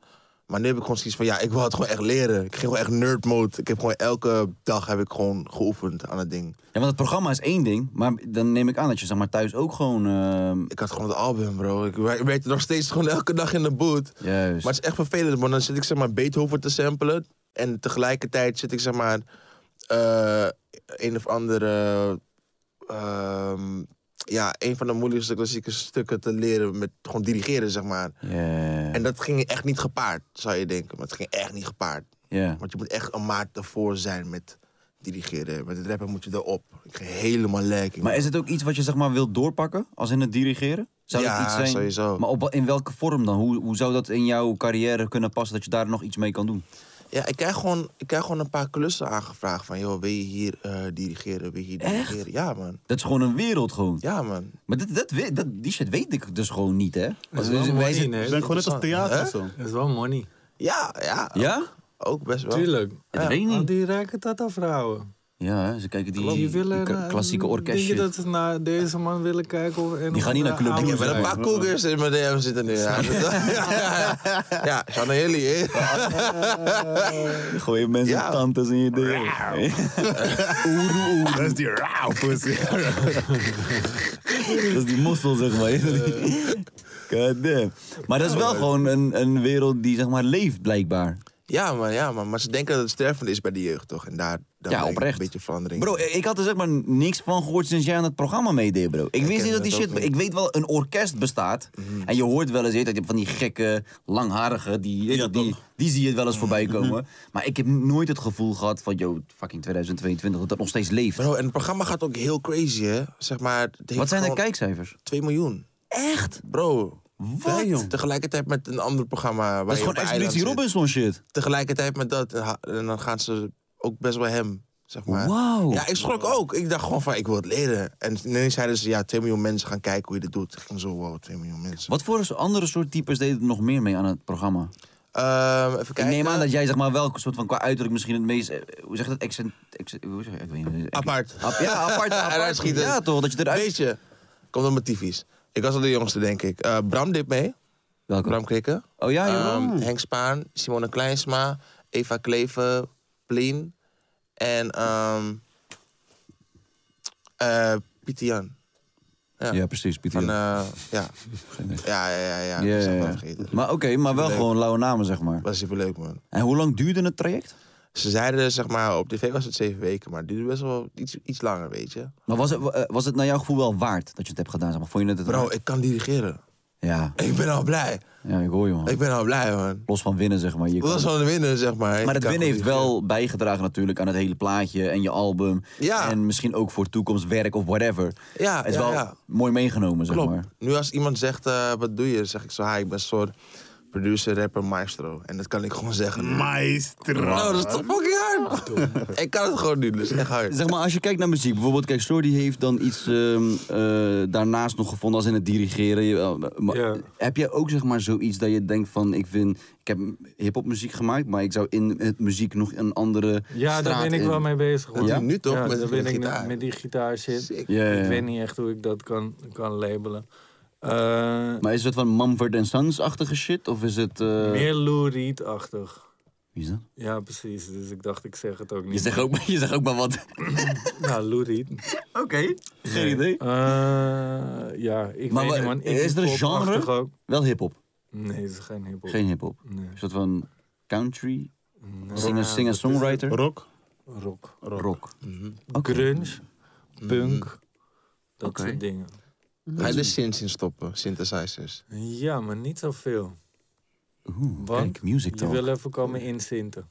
Speaker 7: Maar nu heb ik gewoon zoiets van, ja, ik wil het gewoon echt leren. Ik ging gewoon echt nerd mode. Ik heb gewoon elke dag heb ik gewoon geoefend aan het ding.
Speaker 4: Ja, want het programma is één ding, maar dan neem ik aan dat je zeg maar thuis ook gewoon... ehm,
Speaker 7: Ik had gewoon het album, bro. Ik wer- werkte nog steeds gewoon elke dag in de boot.
Speaker 4: juist.
Speaker 7: Maar het is echt vervelend, want dan zit ik zeg maar Beethoven te samplen. En tegelijkertijd zit ik zeg maar eh, een of andere. ehm, ja, een van de moeilijkste klassieke stukken te leren met gewoon dirigeren, zeg maar.
Speaker 4: Ja,
Speaker 7: En dat ging echt niet gepaard, zou je denken. Maar het ging echt niet gepaard.
Speaker 4: ja.
Speaker 7: Want je moet echt een maat ervoor zijn met dirigeren. Met het rappen moet je erop. Ik ging helemaal lek.
Speaker 4: Maar is het ook iets wat je zeg maar wilt doorpakken, als in het dirigeren? Zou dat
Speaker 7: Ja,
Speaker 4: iets zijn?
Speaker 7: sowieso.
Speaker 4: Maar op, wa- in welke vorm dan? Hoe, hoe zou dat in jouw carrière kunnen passen dat je daar nog iets mee kan doen?
Speaker 7: Ja, ik krijg, gewoon, ik krijg gewoon een paar klussen aangevraagd. Van, joh, wil je hier eh, dirigeren? Wil je hier dirigeren? Ja, man.
Speaker 4: Dat is gewoon een wereld gewoon.
Speaker 7: Ja, man.
Speaker 4: Maar dat, dat, we- dat, die shit weet ik dus gewoon niet, hè?
Speaker 6: Dat is
Speaker 4: Wij
Speaker 6: wel
Speaker 4: zijn-
Speaker 6: money,
Speaker 4: zijn-
Speaker 5: We
Speaker 6: nee.
Speaker 5: zijn gewoon net als theater
Speaker 7: Hè?
Speaker 5: of zo.
Speaker 6: Dat is wel money.
Speaker 7: Ja, ja.
Speaker 4: Ja?
Speaker 7: Ook best wel.
Speaker 6: Tuurlijk.
Speaker 4: Dat weet ik
Speaker 6: Al
Speaker 4: niet.
Speaker 6: die rijke tata-vrouwen.
Speaker 4: Ja, hè, ze kijken die,
Speaker 6: Die,
Speaker 4: die
Speaker 6: willen...
Speaker 4: k-
Speaker 6: naar-
Speaker 4: klassieke
Speaker 6: Denk je
Speaker 4: orkestjes.
Speaker 6: eh, dat ze naar deze man willen kijken? Of een
Speaker 4: Die gaan niet naar Club
Speaker 7: Ik
Speaker 6: oude
Speaker 7: heb wel een
Speaker 6: zijn?
Speaker 7: paar koekers in mijn DM zitten nu. Ja, ja, ja. ja Sean en Hilly, hè?
Speaker 4: Gooi mensen
Speaker 7: Ja.
Speaker 4: tantes in je deel.
Speaker 5: Oeroe, dat is die rauw pussy.
Speaker 4: dat is die mossel, zeg maar.
Speaker 6: Eh.
Speaker 4: God damn. Maar dat is wel gewoon een, een wereld die, zeg maar, leeft, blijkbaar.
Speaker 7: Ja, man, ja, man. Maar ze denken dat het stervende is bij de jeugd, toch? En daar, daar
Speaker 4: Ja,
Speaker 7: brengt
Speaker 4: oprecht.
Speaker 7: een beetje verandering.
Speaker 4: Bro, ik had er zeg maar niks van gehoord sinds jij aan het programma meedeed, bro. Ik wist
Speaker 7: ken
Speaker 4: niet dat die
Speaker 7: dat ook Mhm.
Speaker 4: shit...
Speaker 7: niet.
Speaker 4: Ik weet wel, een orkest bestaat. En je hoort wel eens weet je, dat je van die gekke, langharige... Die, die, die zie je wel eens
Speaker 7: Mhm.
Speaker 4: voorbij komen. Maar ik heb nooit het gevoel gehad van... Yo, fucking 2022, dat dat nog steeds leeft.
Speaker 7: Bro, en het programma gaat ook heel crazy, hè? Zeg maar... het heeft
Speaker 4: Wat zijn de
Speaker 7: gewoon
Speaker 4: kijkcijfers?
Speaker 7: 2 miljoen. Echt? Bro.
Speaker 4: Wat?
Speaker 7: Tegelijkertijd met een ander programma. Waar
Speaker 4: Dat is
Speaker 7: je
Speaker 4: gewoon
Speaker 7: op een eiland
Speaker 4: Expeditie
Speaker 7: zit.
Speaker 4: Robinson shit.
Speaker 7: tegelijkertijd met dat. En ha- en dan gaan ze ook best wel hem, zeg maar.
Speaker 4: Wauw.
Speaker 7: Ja, ik schrok ook. Ik dacht gewoon van, ik wil het leren. En ineens zeiden ze, ja, 2 miljoen mensen gaan kijken hoe je dit doet. Ik ging zo, wow, 2 miljoen mensen.
Speaker 4: Wat voor andere soort types deden er nog meer mee aan het programma?
Speaker 7: Ehm, even
Speaker 4: Ik
Speaker 7: kijken.
Speaker 4: neem aan dat jij zeg maar wel een soort van qua uiterlijk misschien het meest... eh, Hoe zeg je dat? Accent... accent- hoe zeg je- ik weet niet.
Speaker 7: Apart.
Speaker 4: Ap- ja, apart.
Speaker 7: Eruit
Speaker 4: apart.
Speaker 7: schieten.
Speaker 4: Ja, toch? Dat je eruit...
Speaker 7: Weet je, kom door mijn tyfies. Ik was al de jongste, denk ik. Eh, Bram deed mee.
Speaker 4: Welke?
Speaker 7: Bram Krikken.
Speaker 4: Oh ja, joh.
Speaker 7: Ehm, Henk Spaan, Simone Kleinsma, Eva Kleven, Plien. En ehm eh, Pieter Jan. Ja.
Speaker 4: ja, precies, Pieter.
Speaker 7: Van,
Speaker 4: Jan.
Speaker 7: eh, ja.
Speaker 4: idee.
Speaker 7: ja, ja, ja,
Speaker 4: ja,
Speaker 7: ja. Ik
Speaker 4: ja,
Speaker 7: zou het wel
Speaker 4: ja.
Speaker 7: vergeten.
Speaker 4: Maar oké, maar wel
Speaker 7: Leuk.
Speaker 4: gewoon lauwe namen, zeg maar.
Speaker 7: Was super leuk, man.
Speaker 4: En hoe lang duurde het traject?
Speaker 7: Ze zeiden, zeg maar, op tv was het zeven weken, maar het duurde best wel iets, iets langer, weet je.
Speaker 4: Maar was het, eh, was het naar jouw gevoel wel waard dat je het hebt gedaan? Zeg maar? Vond je het het
Speaker 7: Bro,
Speaker 4: waard?
Speaker 7: ik kan dirigeren.
Speaker 4: Ja.
Speaker 7: Ik ben al blij.
Speaker 4: ja, ik hoor je, man.
Speaker 7: Ik ben al blij, man.
Speaker 4: Los van winnen, zeg maar. Je
Speaker 7: Dat
Speaker 4: kan-
Speaker 7: was wel een winnen, zeg maar.
Speaker 4: Maar
Speaker 7: Ik
Speaker 4: het
Speaker 7: kan
Speaker 4: winnen heeft
Speaker 7: gewoon dirigeren.
Speaker 4: wel bijgedragen natuurlijk aan het hele plaatje en je album.
Speaker 7: Ja.
Speaker 4: En misschien ook voor toekomstwerk of whatever.
Speaker 7: Ja,
Speaker 4: Het is
Speaker 7: ja,
Speaker 4: wel
Speaker 7: ja.
Speaker 4: mooi meegenomen, zeg
Speaker 7: Klopt.
Speaker 4: maar.
Speaker 7: Nu als iemand zegt, eh, wat doe je? Dan zeg ik zo, ha, ik ben een soort producer, rapper, maestro. En dat kan ik gewoon zeggen.
Speaker 5: Maestro.
Speaker 7: Nou, dat is toch fucking hard? ik kan het gewoon nu, dus echt hard.
Speaker 4: Zeg maar, als je kijkt naar muziek, bijvoorbeeld, kijk, Shorty heeft dan iets ehm, eh, daarnaast nog gevonden als in het dirigeren. Je- eh, maar
Speaker 6: Ja.
Speaker 4: Heb jij ook zeg maar zoiets dat je denkt van, ik vind, ik heb hip-hop muziek gemaakt, maar ik zou in het muziek nog een andere
Speaker 6: Ja, daar
Speaker 4: straat
Speaker 6: ben ik
Speaker 4: in-
Speaker 6: wel mee bezig. hoor.
Speaker 7: Dat doe je nu toch,
Speaker 6: Ja,
Speaker 7: met
Speaker 6: daar
Speaker 7: die
Speaker 6: ben ik nu-
Speaker 7: gitaar?
Speaker 6: met die gitaar shit.
Speaker 7: Sick.
Speaker 4: Ja, ja,
Speaker 6: Ik
Speaker 4: ja.
Speaker 6: weet niet echt hoe ik dat kan, kan labelen. Eh,
Speaker 4: Maar is het van Mumford Sons-achtige shit? Of is het... eh,
Speaker 6: meer Lou Reed-achtig.
Speaker 4: Wie is dat?
Speaker 6: Ja, precies. Dus ik dacht, ik zeg het ook
Speaker 4: Je
Speaker 6: niet.
Speaker 4: zegt ook, je zegt ook maar wat.
Speaker 6: Nou, Lou Reed.
Speaker 4: Oké, geen idee.
Speaker 6: Eh, ja, ik
Speaker 4: Maar
Speaker 6: weet
Speaker 4: wa-
Speaker 6: niet, man. Ik
Speaker 4: is er een
Speaker 6: hip-hop-achtig
Speaker 4: genre?
Speaker 6: ook.
Speaker 4: Wel hip-hop,
Speaker 6: Nee, het is geen hiphop.
Speaker 4: geen hip-hop.
Speaker 6: Nee.
Speaker 4: Een soort van country,
Speaker 6: Nee.
Speaker 4: singer- singer-songwriter,
Speaker 5: Rock.
Speaker 6: Rock.
Speaker 4: rock.
Speaker 6: Grunge, punk, dat
Speaker 4: Mm. Oké.
Speaker 6: soort dingen.
Speaker 7: Ga je de synths in stoppen, synthesizers?
Speaker 6: Ja, maar niet zoveel. Want
Speaker 4: Kijk, music
Speaker 6: je
Speaker 4: talk.
Speaker 6: wil even komen inzinten.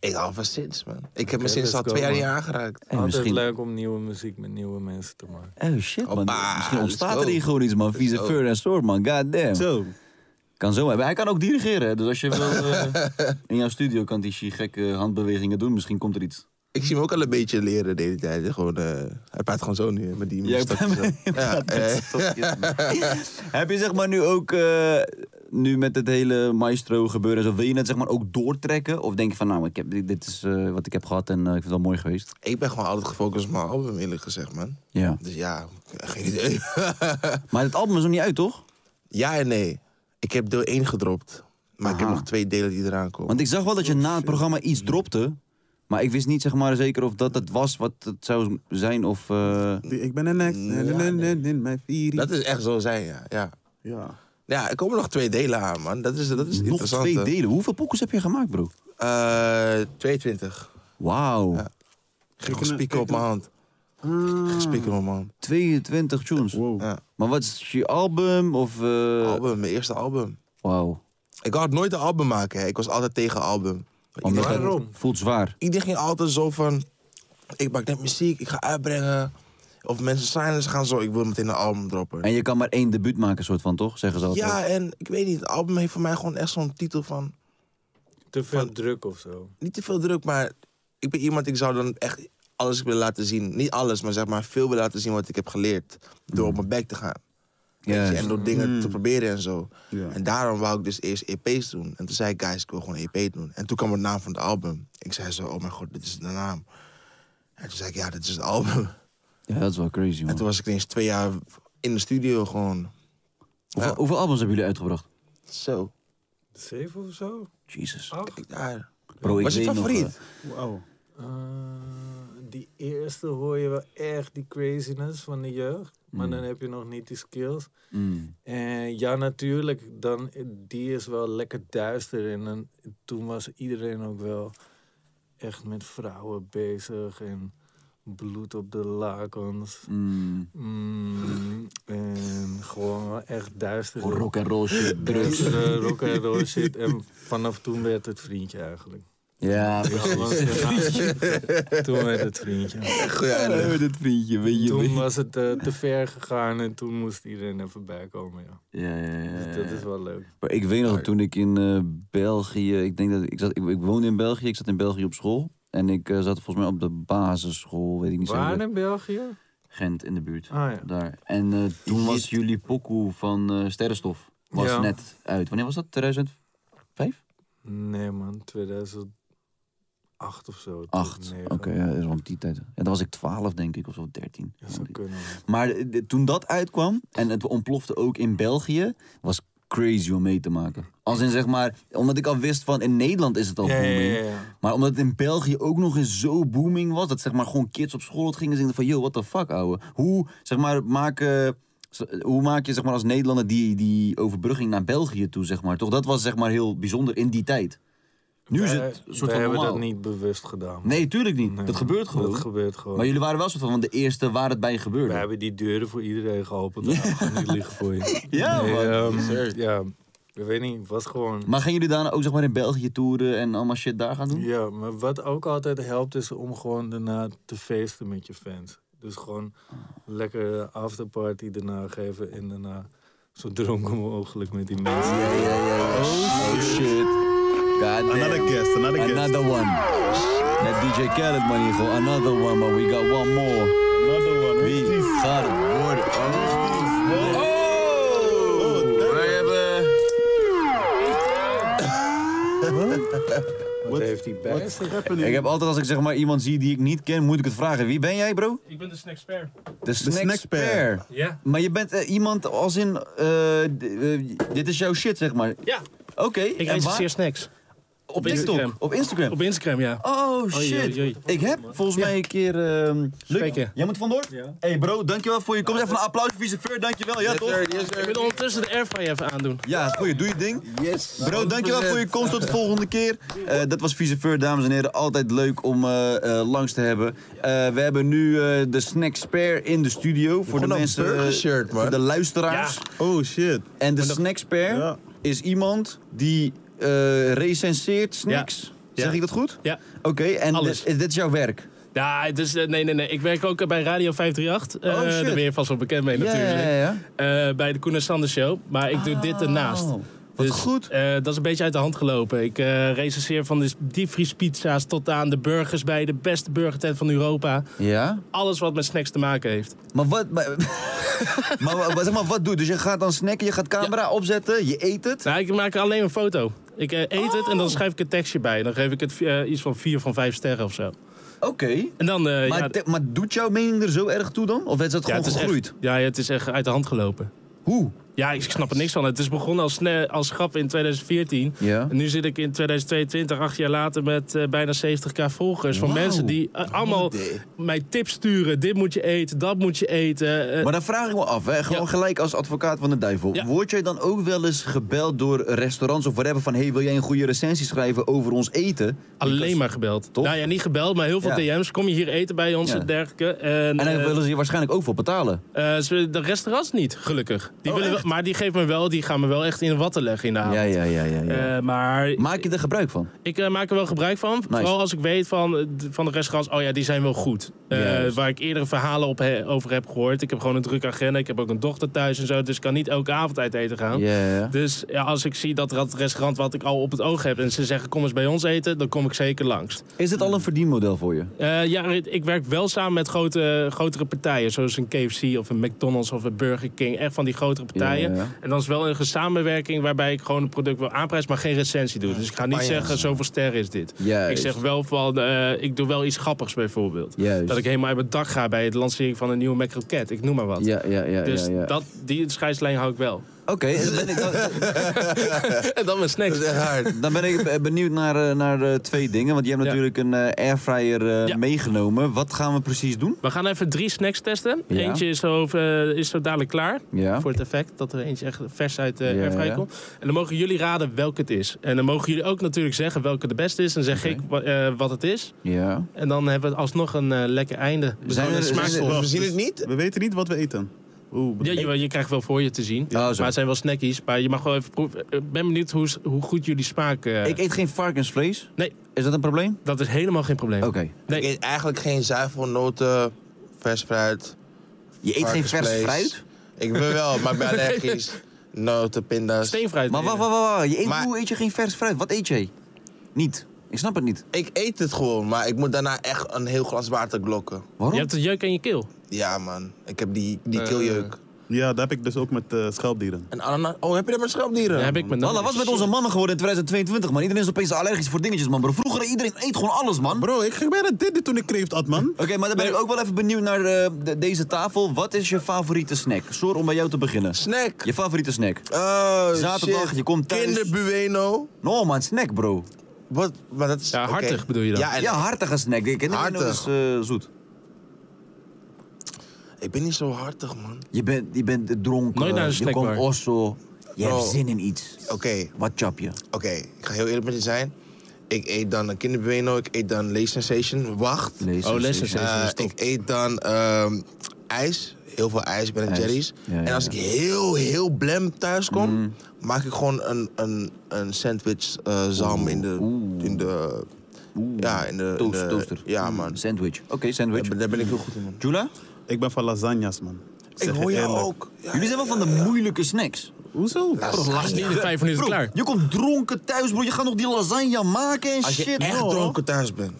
Speaker 7: Ik hou van synths, man. Ik heb me
Speaker 6: Oké,
Speaker 7: sinds
Speaker 6: let's
Speaker 7: al
Speaker 6: go,
Speaker 7: twee jaar
Speaker 6: man.
Speaker 7: niet aangeraakt.
Speaker 4: En
Speaker 6: Altijd
Speaker 4: misschien...
Speaker 6: leuk om nieuwe muziek met nieuwe mensen te maken.
Speaker 4: Oh shit, man.
Speaker 7: Hoppa,
Speaker 4: misschien ontstaat
Speaker 7: let's
Speaker 4: er
Speaker 7: go.
Speaker 4: hier gewoon iets, man. Vieze
Speaker 7: go.
Speaker 4: fur en soort, man. Goddamn.
Speaker 5: Zo.
Speaker 4: Kan zo hebben. Hij kan ook dirigeren, hè. dus als je wil... eh, in jouw studio kan hij gekke handbewegingen doen. Misschien komt er iets.
Speaker 7: Ik zie hem ook al een beetje leren de hele tijd. Gewoon, eh, hij praat gewoon zo nu, hè, met die
Speaker 4: Jij
Speaker 7: stokjes
Speaker 4: bent-
Speaker 7: Mm, zo. Ja, eh,
Speaker 4: Heb je zeg maar nu ook, eh, nu met het hele maestro gebeuren en zo, wil je het zeg maar ook doortrekken? Of denk je van nou, ik heb, dit dit is eh, wat ik heb gehad en eh, ik vind het wel mooi geweest?
Speaker 7: ik ben gewoon altijd gefocust op mijn album, eerlijk gezegd, man.
Speaker 4: Ja.
Speaker 7: Dus ja, geen idee.
Speaker 4: Maar het album is nog niet uit, toch?
Speaker 7: ja en nee. Ik heb deel 1 gedropt. Maar ik heb
Speaker 4: Aha.
Speaker 7: nog twee delen die eraan komen.
Speaker 4: Want ik zag wel dat je na het programma iets dropte, maar ik wist niet zeg maar zeker of dat het was wat het zou zijn of... eh,
Speaker 5: Ik ben een ex. In mijn vier.
Speaker 7: Dat is echt zo zijn, ja. Ja,
Speaker 5: Ja.
Speaker 7: ja er komen nog twee delen aan, man. Dat is, dat is
Speaker 4: nog
Speaker 7: interessant.
Speaker 4: twee delen. Hoeveel pokkers heb je gemaakt, bro?
Speaker 7: Eh, 22.
Speaker 4: Wauw.
Speaker 7: Ik ging gewoon spieken op mijn hand.
Speaker 4: Ah.
Speaker 7: Spieken op mijn hand.
Speaker 4: 22 tunes.
Speaker 5: Wow.
Speaker 7: Ja.
Speaker 4: Maar wat is je album of... eh,
Speaker 7: Album, mijn eerste album.
Speaker 4: Wauw.
Speaker 7: Ik had nooit een album maken. Hè. Ik was altijd tegen album.
Speaker 4: Omdat het
Speaker 6: Waarom?
Speaker 4: Voelt zwaar.
Speaker 7: Iedereen ging altijd zo van... Ik maak net muziek, ik ga uitbrengen. Of mensen zijn gaan zo, ik wil meteen een album droppen.
Speaker 4: En je kan maar één debuut maken, soort van, toch? Zeggen ze altijd.
Speaker 7: Ja, en ik weet niet, het album heeft voor mij gewoon echt zo'n titel van...
Speaker 6: Te veel druk of zo.
Speaker 7: Niet te veel druk, maar ik ben iemand, ik zou dan echt alles willen laten zien. Niet alles, maar zeg maar veel willen laten zien wat ik heb geleerd. Door op mijn bek te gaan. Weet je,
Speaker 4: Juist.
Speaker 7: en door dingen te proberen en zo.
Speaker 5: Ja.
Speaker 7: En daarom wou ik dus eerst EP's doen. En toen zei ik, guys, ik wil gewoon EP doen. En toen kwam de naam van het album. Ik zei zo, oh mijn god, dit is de naam. En toen zei ik, ja, dit is het album.
Speaker 4: Ja, dat is wel crazy, man.
Speaker 7: En toen was ik ineens twee jaar in de studio gewoon.
Speaker 4: hoeveel,
Speaker 7: ja.
Speaker 4: hoeveel albums hebben jullie uitgebracht?
Speaker 7: Zo,
Speaker 6: Zeven of zo?
Speaker 4: Jesus.
Speaker 7: kijk daar.
Speaker 4: Bro, ik
Speaker 7: Wat is je
Speaker 4: weet nog,
Speaker 7: favoriet?
Speaker 4: eh,
Speaker 5: Wow.
Speaker 6: Eh, die eerste hoor je wel echt die craziness van de jeugd. Maar dan heb je nog niet die skills.
Speaker 4: mm.
Speaker 6: En ja, natuurlijk, dan, die is wel lekker duister. En dan, toen was iedereen ook wel echt met vrouwen bezig. En bloed op de lakens.
Speaker 4: Mm.
Speaker 6: Mm, en gewoon wel echt duister.
Speaker 4: Gewoon rock and roll shit, drugs.
Speaker 6: Duistere rock and roll shit. En vanaf toen werd het vriendje eigenlijk.
Speaker 4: Ja,
Speaker 6: Ja, want- toen werd het vriendje.
Speaker 4: ja, dat vriendje, weet je.
Speaker 6: Toen was het eh, te ver gegaan en toen moest iedereen even bijkomen. Ja.
Speaker 4: Ja, ja, ja, ja.
Speaker 6: Dus dat is wel leuk.
Speaker 4: Maar ik weet nog dat toen ik in eh, België, ik denk dat ik zat, ik, ik woonde in België, ik zat in België op school. En ik eh, zat volgens mij op de basisschool, weet ik niet zeker.
Speaker 6: Waar in België?
Speaker 4: Gent in de buurt.
Speaker 6: Ah, ja.
Speaker 4: Daar. En eh, toen was jullie pokoe van eh, Sterrenstof was
Speaker 6: Ja.
Speaker 4: net uit. Wanneer was dat? 2005?
Speaker 6: Nee man, 2008 of zo.
Speaker 4: 8.
Speaker 6: 2009.
Speaker 4: Oké, ja, dat is rond die tijd. Ja, dan was ik 12 denk ik of zo, 13.
Speaker 6: Dat zou kunnen. man.
Speaker 4: Maar eh, de- toen dat uitkwam en het ontplofte ook in België, was crazy om mee te maken. Als in zeg maar, omdat ik al wist van in Nederland is het al
Speaker 6: Ja, ja,
Speaker 4: booming.
Speaker 6: ja, ja.
Speaker 4: Maar omdat het in België ook nog eens zo booming was, dat zeg maar gewoon kids op school het gingen zingen van, yo, what the fuck, ouwe. Hoe, zeg maar, maken, hoe maak je zeg maar als Nederlander die, die overbrugging naar België toe, zeg maar. Toch, dat was zeg maar heel bijzonder in die tijd. Nu is
Speaker 6: Wij-
Speaker 4: het een soort
Speaker 6: wij
Speaker 4: van
Speaker 6: Eh, hebben
Speaker 4: normaal.
Speaker 6: dat niet bewust gedaan.
Speaker 4: Nee, tuurlijk niet.
Speaker 6: Nee,
Speaker 4: dat gebeurt gewoon.
Speaker 6: Dat gebeurt gewoon.
Speaker 4: Maar jullie waren wel soort van, van de eerste waar het bij gebeurde.
Speaker 6: We hebben die deuren voor iedereen geopend. Ja. Gewoon niet liggen voor je.
Speaker 4: Ja,
Speaker 6: Nee,
Speaker 4: man.
Speaker 6: ehm, ja, ik weet niet. Het was gewoon...
Speaker 4: Maar gaan jullie daarna ook zeg maar in België toeren en allemaal shit daar gaan doen?
Speaker 6: Ja, maar wat ook altijd helpt is om gewoon daarna te feesten met je fans. Dus gewoon lekker afterparty daarna geven en daarna zo dronken mogelijk met die mensen.
Speaker 4: Oh shit. God damn.
Speaker 5: Another guest, another guest.
Speaker 4: Another one. Net DJ Khaled man hier gewoon. Another one, maar we got one more.
Speaker 5: Another one.
Speaker 4: Wie gaat het worden?
Speaker 5: Oh,
Speaker 4: Oh,
Speaker 7: Wij hebben...
Speaker 6: Wat heeft hij bij zich?
Speaker 4: Ik heb altijd als ik zeg maar iemand zie die ik niet ken, moet ik het vragen. Wie ben jij bro?
Speaker 8: Ik ben de snacksper.
Speaker 4: De
Speaker 5: snackspair.
Speaker 4: snackspair.
Speaker 8: Ja.
Speaker 4: Maar je bent eh, iemand als in, eh, d- eh, dit is jouw shit zeg maar.
Speaker 8: Ja.
Speaker 4: Oké,
Speaker 8: Ik
Speaker 4: en
Speaker 8: recenseer
Speaker 4: waar?
Speaker 8: snacks.
Speaker 4: Op TikTok,
Speaker 8: Instagram.
Speaker 4: op Instagram.
Speaker 8: Op Instagram, ja.
Speaker 4: Oh
Speaker 8: Oei,
Speaker 4: shit.
Speaker 8: oei, oei.
Speaker 4: Ik heb volgens mij een keer. ehm Luc,
Speaker 8: Spreken.
Speaker 4: jij moet vandoor?
Speaker 6: Ja.
Speaker 4: Hey bro, dankjewel voor je komst. Even een applaus voor je chauffeur, dankjewel. Ja,
Speaker 7: Yes,
Speaker 4: toch?
Speaker 7: sir, yes, sir.
Speaker 8: Ik wil ondertussen de airfryer even aandoen.
Speaker 4: Ja, goeie, doe je ding.
Speaker 7: Yes.
Speaker 4: Bro, dankjewel voor je komst. Tot de volgende keer. Eh, dat was Viseur, dames en heren. Altijd leuk om eh, eh, langs te hebben. Eh, we hebben nu eh, de Snack Spare in de studio. Voor de
Speaker 7: Gewoon een
Speaker 4: mensen. eh,
Speaker 7: burgershirt,
Speaker 4: voor
Speaker 7: man.
Speaker 4: de luisteraars.
Speaker 5: Oh shit.
Speaker 4: En de Snack Spare
Speaker 5: Ja.
Speaker 4: is iemand die eh recenseert snacks.
Speaker 8: Ja.
Speaker 4: Zeg ik dat goed?
Speaker 8: Ja.
Speaker 4: Oké, en
Speaker 8: Alles.
Speaker 4: dit, dit is jouw werk.
Speaker 8: Ja, het is, eh, nee, nee, nee. Ik werk ook eh, bij Radio 538.
Speaker 4: Oh,
Speaker 8: Eh,
Speaker 4: shit.
Speaker 8: daar ben je vast wel bekend mee natuurlijk.
Speaker 4: Ja, ja, ja.
Speaker 8: Eh, bij de Koen en Sander Show. Maar ik doe dit ernaast.
Speaker 4: Oh, wat goed.
Speaker 8: eh, dat is een beetje uit de hand gelopen. Ik eh recenseer van de diepvriespizza's tot aan de burgers bij de beste burgertent van Europa.
Speaker 4: Ja?
Speaker 8: Alles wat met snacks te maken heeft.
Speaker 4: Maar wat... Maar, maar, wa- wa- zeg maar, wat doe je? Dus je gaat dan snacken, je gaat camera opzetten, je eet het.
Speaker 8: Nou, ik maak alleen een foto. Ik eh, eet het en
Speaker 4: Oh.
Speaker 8: dan schrijf ik een tekstje bij. Dan geef ik het eh, iets van vier van vijf sterren of zo.
Speaker 4: Oké.
Speaker 8: En dan... eh,
Speaker 4: Maar,
Speaker 8: ja,
Speaker 4: te- maar doet jouw mening er zo erg toe dan? Of is dat
Speaker 8: ja,
Speaker 4: gewoon
Speaker 8: het is
Speaker 4: gegroeid?
Speaker 8: echt, ja, het is echt uit de hand gelopen.
Speaker 4: Hoe?
Speaker 8: Ja, ik snap er niks van. Het is begonnen als, sne- als grap in 2014.
Speaker 4: Ja.
Speaker 8: En nu zit ik in 2022, acht jaar later, met eh, bijna 70k volgers. Van
Speaker 4: Wauw.
Speaker 8: mensen die eh, allemaal mij tips sturen. Dit moet je eten, dat moet je eten. eh,
Speaker 4: Maar dan vraag ik me af, hè, gewoon
Speaker 8: Ja.
Speaker 4: gelijk als advocaat van de duivel.
Speaker 8: Ja.
Speaker 4: Word jij dan ook wel eens gebeld door restaurants of whatever van... hey, wil jij een goede recensie schrijven over ons eten?
Speaker 8: alleen maar gebeld.
Speaker 4: Toch?
Speaker 8: Nou ja, niet gebeld, maar heel veel
Speaker 4: Ja.
Speaker 8: DM's. Kom je hier eten bij ons
Speaker 4: Ja.
Speaker 8: en dergelijke.
Speaker 4: En
Speaker 8: En, eh,
Speaker 4: daar willen ze je waarschijnlijk ook voor betalen.
Speaker 8: eh, ze- de restaurants niet, gelukkig. Die willen wel- maar die geven me wel, die gaan me wel echt in de watten leggen in de avond.
Speaker 4: Oh, Ja, ja, ja, ja. ja.
Speaker 8: Ah. Eh, maar
Speaker 4: Maak je er gebruik van?
Speaker 8: Ik eh, maak er wel gebruik van. Vooral als ik weet van, eh, d- van de restaurants, oh ja, die zijn wel goed. Eh,
Speaker 4: Juist.
Speaker 8: waar ik eerdere verhalen op he- over heb gehoord. Ik heb gewoon een drukke agenda. Ik heb ook een dochter thuis en zo. Dus ik kan niet elke avond uit eten gaan.
Speaker 4: Ja.
Speaker 8: Dus ja, als ik zie dat dat restaurant wat ik al op het oog heb... en ze zeggen kom eens bij ons eten, dan kom ik zeker langs.
Speaker 4: Is dit al een verdienmodel voor je?
Speaker 8: Eh, ja, ik werk wel samen met grote, grotere partijen. Zoals een KFC of een McDonald's of een Burger King. Echt van die grotere partijen.
Speaker 4: Ja, ja.
Speaker 8: En dat is wel een samenwerking waarbij ik gewoon een product wil aanprijzen... maar geen recensie doe. Dus ik ga niet zeggen zoveel sterren is dit. Ik
Speaker 4: Juist.
Speaker 8: zeg wel van, eh, ik doe wel iets grappigs bijvoorbeeld.
Speaker 4: Juist.
Speaker 8: Dat ik helemaal uit mijn dak ga bij het lanceren van een nieuwe McRocket. Ik noem maar wat.
Speaker 4: Ja, ja, ja.
Speaker 8: Dus
Speaker 4: ja, ja.
Speaker 8: Dat, die scheidslijn hou ik wel.
Speaker 4: Oké, dan Dus ben ik- dan-
Speaker 8: En dan mijn snacks.
Speaker 7: Dat is echt hard.
Speaker 4: dan ben ik eh, benieuwd naar, eh, naar eh, twee dingen. Want je hebt
Speaker 8: Ja.
Speaker 4: natuurlijk een eh, airfryer eh,
Speaker 8: Ja.
Speaker 4: meegenomen. Wat gaan we precies doen?
Speaker 8: We gaan even drie snacks testen.
Speaker 4: Ja.
Speaker 8: Eentje is zo, eh, is zo dadelijk klaar.
Speaker 4: Ja.
Speaker 8: Voor het effect dat er eentje echt vers uit de
Speaker 4: Ja,
Speaker 8: airfryer
Speaker 4: ja.
Speaker 8: komt. En dan mogen jullie raden welke het is. En dan mogen jullie ook natuurlijk zeggen welke de beste is. En zeg ik wa- eh, wat het is.
Speaker 4: ja.
Speaker 8: En dan hebben we alsvol een eh, lekker einde.
Speaker 4: Zijn
Speaker 8: Gewoon
Speaker 4: er-
Speaker 8: een
Speaker 4: zijn er-
Speaker 8: smaakvol.
Speaker 7: We zien het niet.
Speaker 5: We weten niet wat we eten. Oeh,
Speaker 8: Ja, je, je krijgt wel voor je te zien.
Speaker 4: Ja. Ah, zo.
Speaker 8: maar het zijn wel snackies. Maar je mag wel even proeven. Ik ben benieuwd hoe, hoe goed jullie smaak... eh,
Speaker 4: Ik eet geen varkensvlees.
Speaker 8: Nee,
Speaker 4: Is dat een probleem?
Speaker 8: dat is helemaal geen probleem.
Speaker 4: Oké.
Speaker 7: Ik
Speaker 8: Nee,
Speaker 7: eet eigenlijk geen zuivelnoten, vers fruit.
Speaker 4: Je eet geen vers
Speaker 7: varkensvlees.
Speaker 4: fruit?
Speaker 7: Ik ben wel, maar ik ben allergisch. Noten, pinda's.
Speaker 8: steenfruit.
Speaker 4: Maar wacht,
Speaker 8: eten.
Speaker 4: wacht, wacht. wacht. Je eet,
Speaker 7: Maar-
Speaker 4: Hoe eet je geen vers fruit? Wat eet jij? Niet. Ik snap het niet.
Speaker 7: Ik eet het gewoon, maar ik moet daarna echt een heel glas water glokken.
Speaker 4: Waarom?
Speaker 8: Je hebt een jeuk aan je keel.
Speaker 7: Ja, man. Ik heb die, die keeljeuk.
Speaker 5: Ja, dat heb ik dus ook met eh, schelpdieren.
Speaker 7: En ananas. Oh, heb je dat met schelpdieren?
Speaker 8: Daar heb ik me
Speaker 4: Wallah, wat is met onze mannen geworden in 2022, man? Iedereen is opeens allergisch voor dingetjes, man. Bro, vroeger iedereen eet gewoon alles, man.
Speaker 5: Bro, ik ging bijna dit doen toen ik kreeft at, man.
Speaker 4: Oké, maar dan ben ik ook wel even benieuwd naar eh, de- deze tafel. Wat is je favoriete snack? Soor, om bij jou te beginnen.
Speaker 7: Snack.
Speaker 4: Je favoriete snack?
Speaker 7: Oh,
Speaker 4: Zaterdag,
Speaker 7: shit.
Speaker 4: je komt thuis.
Speaker 7: Kinderbueno.
Speaker 4: No, man, snack, bro.
Speaker 7: Wat? Maar dat is,
Speaker 8: Ja,
Speaker 7: oké.
Speaker 8: hartig bedoel je dan?
Speaker 7: Ja, en-
Speaker 4: Ja, hartige snack. Ik ken
Speaker 7: Hartig.
Speaker 4: is eh, zoet.
Speaker 7: ik ben niet zo hartig, man.
Speaker 4: Je bent, je bent dronken.
Speaker 8: Nooit naar een
Speaker 4: Je
Speaker 8: snackbar.
Speaker 4: komt osso. Je hebt
Speaker 7: Oh.
Speaker 4: zin in iets.
Speaker 7: Oké,
Speaker 4: Wat chap je?
Speaker 7: oké. Ik ga heel eerlijk met je zijn. Ik eet dan een kinderbueno. Ik eet dan Lace Sensation. Wacht.
Speaker 4: Nee,
Speaker 8: Oh, les
Speaker 4: sensatie.
Speaker 7: Eh,
Speaker 8: is
Speaker 7: ik eet dan ehm, ijs. Heel veel ijs, Ben
Speaker 4: Ijs.
Speaker 7: Jerry's.
Speaker 4: Ja, ja,
Speaker 7: en als
Speaker 4: ja.
Speaker 7: ik heel, heel blem thuis kom, maak ik gewoon een, een, een sandwich eh zalm in de... In de ja, in de... in
Speaker 4: Toast,
Speaker 7: de-
Speaker 4: toaster.
Speaker 7: Ja,
Speaker 4: Mm,
Speaker 7: man.
Speaker 4: Sandwich. Oké,
Speaker 7: Daar
Speaker 4: sandwich.
Speaker 7: ben, daar ben ik heel goed in, man.
Speaker 4: Jula?
Speaker 5: Ik ben van lasagnas, man.
Speaker 7: Ik hoor jou ook.
Speaker 4: Jullie zijn wel van de moeilijke snacks.
Speaker 5: Hoezo?
Speaker 8: Toch last niet in vijf minuten
Speaker 4: Bro,
Speaker 8: klaar.
Speaker 4: je komt dronken thuis, bro. Je gaat nog die lasagne maken en
Speaker 7: Als je
Speaker 4: shit,
Speaker 7: echt
Speaker 4: bro.
Speaker 7: dronken thuis bent.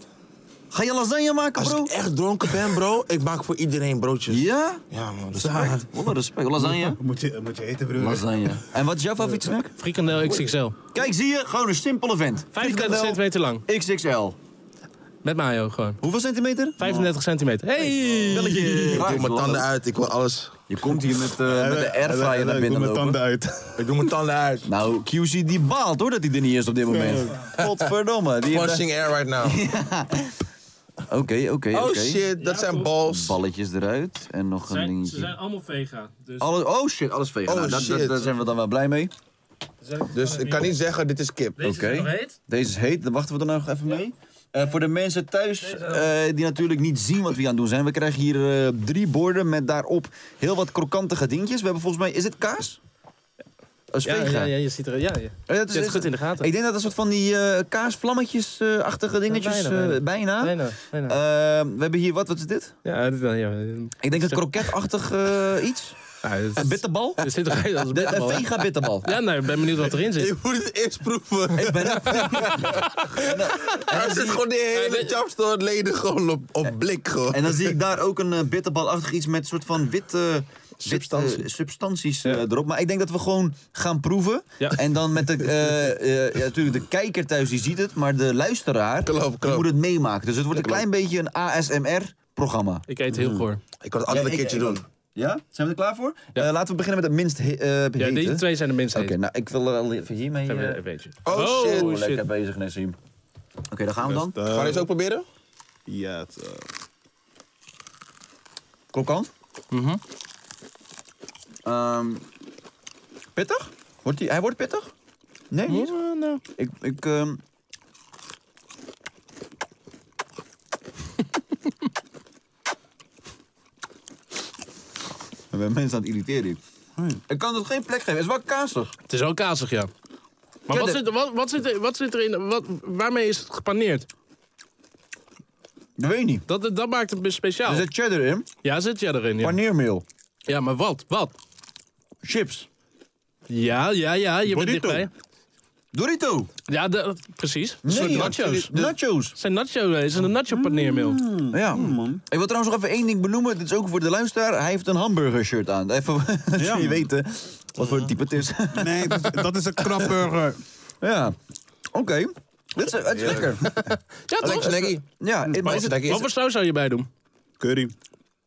Speaker 4: Ga je lasagne maken,
Speaker 7: Als
Speaker 4: bro?
Speaker 7: ik echt dronken ben, bro, ik maak voor iedereen broodjes.
Speaker 4: Ja?
Speaker 7: Ja, man.
Speaker 4: Respect. Wat respect. Lasagne?
Speaker 5: Moet je, moet je eten, broer.
Speaker 4: Lasagne. En wat is jouw favoriete snack?
Speaker 8: Frikandel XXL.
Speaker 4: Kijk, zie je? Gewoon een simpele vent.
Speaker 8: 35 centimeter lang.
Speaker 4: XXL.
Speaker 8: Met mayo gewoon.
Speaker 4: Hoeveel centimeter?
Speaker 8: 35 centimeter. Hey!
Speaker 4: Ik
Speaker 7: Ik doe mijn tanden uit, ik wil alles.
Speaker 4: Je komt hier met, eh, met de airfryer naar binnen
Speaker 5: Ik doe mijn
Speaker 4: lopen.
Speaker 5: tanden uit.
Speaker 7: Ik doe mijn tanden uit.
Speaker 4: Nou, QC die baalt hoor dat hij er niet is op dit moment. Godverdomme. die heeft-
Speaker 7: Punching air right now.
Speaker 4: Oké, oké,
Speaker 7: Oh
Speaker 4: oké.
Speaker 7: shit, dat zijn balls.
Speaker 4: Balletjes eruit en nog een dingetje.
Speaker 8: allemaal vega. Dus
Speaker 4: Alles, oh shit, alles vegen.
Speaker 7: Oh,
Speaker 4: nou, dat- dat-
Speaker 7: shit.
Speaker 4: daar zijn we dan wel blij mee.
Speaker 7: Dus ik kan niet zeggen, dit is kip.
Speaker 4: Oké. Deze is heet, dan wachten we er nog even mee. Eh, voor de mensen thuis eh, die natuurlijk niet zien wat we aan het doen zijn. We krijgen hier eh, drie borden met daarop heel wat krokante dingetjes. We hebben volgens mij, is het kaas? Dat is
Speaker 8: ja,
Speaker 4: vega.
Speaker 8: ja, ja, je ziet er. Ja, ja.
Speaker 4: Eh, dat
Speaker 8: Je hebt het goed in de gaten.
Speaker 4: Ik denk dat dat soort van die eh, kaasvlammetjes-achtige dingetjes, eh,
Speaker 8: bijna,
Speaker 4: bijna.
Speaker 8: bijna. Bijna, bijna.
Speaker 4: Eh, we hebben hier, wat, wat is dit?
Speaker 8: ja, dit, ja, ja.
Speaker 4: Ik denk een kroketachtig eh, iets.
Speaker 8: Ja, dit is-
Speaker 4: Een bitterbal?
Speaker 8: Er zit er als een
Speaker 4: De, een
Speaker 8: bitterbal, hè?
Speaker 4: vega bitterbal.
Speaker 8: Ja, nou, ik ben benieuwd wat erin zit.
Speaker 7: Je moet het eerst proeven.
Speaker 4: Ik ben
Speaker 7: Hij zit gewoon de hele chapstore leden gewoon op, op blik gewoon.
Speaker 4: En dan zie ik daar ook een eh, bitterbalachtig iets met soort van witte
Speaker 7: Substantie.
Speaker 4: witte, eh, substanties eh, erop. Maar ik denk dat we gewoon gaan proeven.
Speaker 8: Ja.
Speaker 4: En dan met de, eh, eh, ja, natuurlijk de kijker thuis die ziet het, maar de luisteraar
Speaker 7: Klopt,
Speaker 4: die
Speaker 7: klopt.
Speaker 4: moet het meemaken. Dus het wordt een klein beetje een ASMR-programma.
Speaker 8: Ik eet heel goor.
Speaker 7: Ik kan het altijd
Speaker 4: Ja,
Speaker 7: een
Speaker 4: ik-
Speaker 7: keertje
Speaker 4: ik-
Speaker 7: doen.
Speaker 4: Ja? Zijn we er klaar voor? Eh, laten we beginnen met het minst he eh,
Speaker 8: Ja,
Speaker 4: hete.
Speaker 8: deze twee zijn de minst
Speaker 4: Oké,
Speaker 8: heet.
Speaker 4: nou ik wil wel even hiermee... eh,
Speaker 8: Even- even eentje.
Speaker 7: Oh, shit.
Speaker 4: oh, lekker bezig, Nessim. Oké, daar gaan we dan.
Speaker 5: Eh,
Speaker 7: Ga je eens ook proberen?
Speaker 5: Ja, het, eh,
Speaker 4: Krokant.
Speaker 8: Mhm.
Speaker 4: Ehm, pittig? Wordt die, hij wordt pittig? Nee, niet? Ik, ik, ehm, Ik ben mensen aan het irriteren hier. Ik kan het geen plek geven. Het is wel kaasig.
Speaker 8: Het is wel kazig, ja. Maar
Speaker 4: Ja,
Speaker 8: wat
Speaker 4: de-
Speaker 8: zit, er- wat, wat zit, er- wat zit erin? Wat, waarmee is het gepaneerd?
Speaker 4: Dat weet ik niet.
Speaker 8: Dat, dat maakt het speciaal.
Speaker 4: Er zit cheddar in,
Speaker 8: Ja, zit jij erin? Nou. Ja.
Speaker 4: paneermeel,
Speaker 8: ja, maar wat? Wat?
Speaker 4: chips,
Speaker 8: Ja, ja, ja, je bent
Speaker 4: Bonito.
Speaker 8: dichtbij.
Speaker 4: Dorito,
Speaker 8: Ja, de- precies. Een soort nachos.
Speaker 4: nachos. nachos.
Speaker 8: Het zijn nacho, het is een nacho paneermeel.
Speaker 4: Ja.
Speaker 8: Hmm,
Speaker 4: Ik wil trouwens nog even één ding benoemen. Dit is ook voor de luisteraar. Hij heeft een hamburger shirt aan. Even dat jullie weten wat voor type het is.
Speaker 5: nee, dat is, dat is een krapburger.
Speaker 4: ja. Oké. Dit is, het is lekker.
Speaker 8: Ja,
Speaker 4: Ah.
Speaker 8: toch?
Speaker 7: Snaggy.
Speaker 4: Ja,
Speaker 8: Hmm,
Speaker 4: eh, maar is het-
Speaker 8: Wat voor saus zou je bij doen?
Speaker 5: Curry.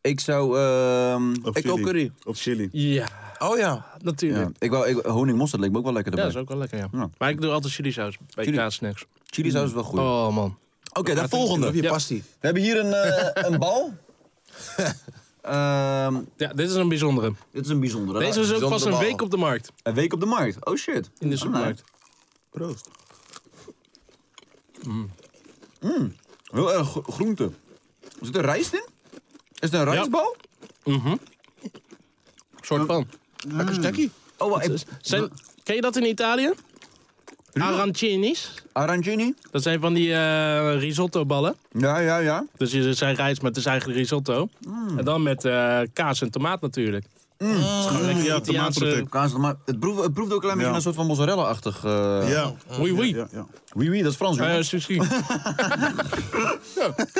Speaker 4: ik zou... ehm
Speaker 5: Of
Speaker 4: ik
Speaker 5: chili.
Speaker 4: ook curry.
Speaker 5: Of chili.
Speaker 8: Ja,
Speaker 7: Oh ja.
Speaker 4: Ja,
Speaker 8: natuurlijk.
Speaker 4: ik wou, ik, honing mosterd leek me ook wel lekker
Speaker 8: Ja,
Speaker 4: erbij.
Speaker 8: dat is ook wel lekker, ja.
Speaker 4: Ja.
Speaker 8: Maar ik doe altijd chili saus bij
Speaker 4: Chili.
Speaker 8: kaassnacks.
Speaker 4: Chili saus is wel goed. Oké,
Speaker 8: Oh, man.
Speaker 4: dan volgende.
Speaker 7: Heb je
Speaker 4: We
Speaker 8: Ja.
Speaker 7: pastie?
Speaker 4: hebben hier een, eh, een bal. Ehm,
Speaker 8: Ja, dit is een bijzondere.
Speaker 4: dit is een bijzondere.
Speaker 8: Deze is ook
Speaker 7: bijzondere
Speaker 8: pas een
Speaker 7: bal.
Speaker 8: week op de markt.
Speaker 4: Een week op de markt. Oh shit.
Speaker 8: In de
Speaker 4: Oh,
Speaker 8: supermarkt.
Speaker 5: Proost.
Speaker 4: nou. Heel erg gro- groente. Zit er rijst in? Is het een rijstbal?
Speaker 8: soort van.
Speaker 7: Lekker snaggy.
Speaker 4: Oh, wacht, ik-
Speaker 8: Zijn, ken je dat in Italië? Arancinis.
Speaker 4: Arancini?
Speaker 8: Dat zijn van die eh, risotto-ballen.
Speaker 4: Ja, ja, ja.
Speaker 8: Dus het zijn rijst, maar het is eigenlijk risotto. En dan met eh, kaas en tomaat natuurlijk.
Speaker 5: Ja,
Speaker 8: Italiaanse...
Speaker 5: tomaatproduct.
Speaker 4: Kaas, maar het proeft, het proeft ook een klein beetje
Speaker 5: Ja.
Speaker 4: naar een soort van mozzarella-achtig. eh
Speaker 5: Ja.
Speaker 8: Oei, oei.
Speaker 5: Ja, ja.
Speaker 4: Oui, oui, dat is Frans. jongen.
Speaker 8: Eh, sushi.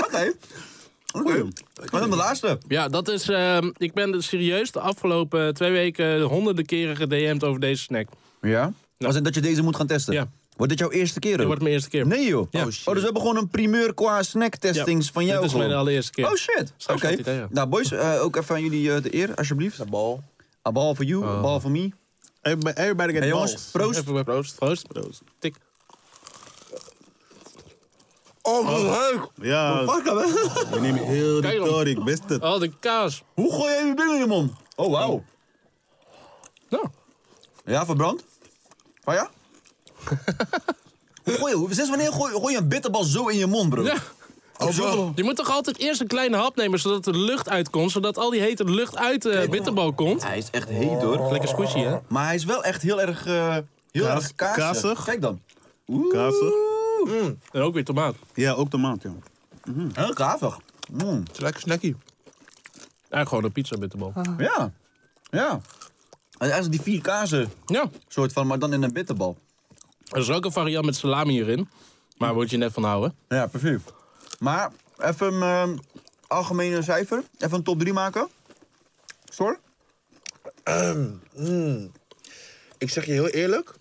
Speaker 4: Oké. Oké. Maar dan de laatste.
Speaker 8: Ja, dat is. ehm, ik ben serieus de afgelopen twee weken honderden keren gedM'd over deze snack.
Speaker 4: Ja? Was het dat je deze moet gaan testen?
Speaker 8: Ja.
Speaker 4: Wordt dit jouw eerste keer
Speaker 8: Dit
Speaker 4: ook?
Speaker 8: wordt mijn eerste keer.
Speaker 4: Nee joh.
Speaker 8: Ja.
Speaker 4: Oh, shit. oh, dus we hebben gewoon een primeur qua snacktestings
Speaker 8: Ja.
Speaker 4: van jou
Speaker 8: Dit is
Speaker 4: gewoon.
Speaker 8: mijn allereerste keer.
Speaker 4: Oh shit. Oké.
Speaker 8: Straks gaat hij tegen.
Speaker 4: Nou boys, eh, ook even aan jullie eh, de eer, alsjeblieft. Een bal. Oh. A ball for you, a ball for me.
Speaker 5: Everybody- Everybody get
Speaker 4: Hey jongens,
Speaker 5: balls.
Speaker 4: proost.
Speaker 8: Even bij- proost. Proost. Tik.
Speaker 7: Oh, wat leuk.
Speaker 5: Ja,
Speaker 4: Fuck, hè?
Speaker 5: we nemen heel
Speaker 8: Kijk
Speaker 5: de
Speaker 8: dan.
Speaker 5: torik. Best het.
Speaker 8: Oh, de kaas.
Speaker 4: Hoe gooi jij je binnen in je mond? Oh wauw.
Speaker 8: Nou,
Speaker 4: Ja, verbrand? Van ja? Hoe gooi je, sinds wanneer gooi, gooi je een bitterbal zo in je mond, bro?
Speaker 8: Ja.
Speaker 4: Oh, zo.
Speaker 8: je moet toch altijd eerst een kleine hap nemen zodat er lucht uitkomt, zodat al die hete lucht uit de bitterbal komt.
Speaker 4: Hij is echt heet, hoor.
Speaker 8: Lekker squishy, hè?
Speaker 4: Maar hij is wel echt heel erg, eh heel
Speaker 5: Kaas-
Speaker 4: erg kaasig.
Speaker 5: kaasig.
Speaker 4: Kijk dan.
Speaker 5: Kaasig.
Speaker 8: En ook weer tomaat.
Speaker 5: Ja, ook tomaat, ja.
Speaker 4: Heel kaasig. Mm.
Speaker 7: Het is lekker snaggy.
Speaker 8: Eigenlijk gewoon een pizza bitterbal.
Speaker 4: Ja. Ja. En Eigenlijk die vier kazen
Speaker 8: Ja,
Speaker 4: soort van, maar dan in een bitterbal.
Speaker 8: er is ook een variant met salami hierin. Maar moet je net van houden.
Speaker 4: Ja, precies. Maar even een ehm, algemene cijfer. Even een top 3 maken. Sorry?
Speaker 7: Ik zeg je heel eerlijk.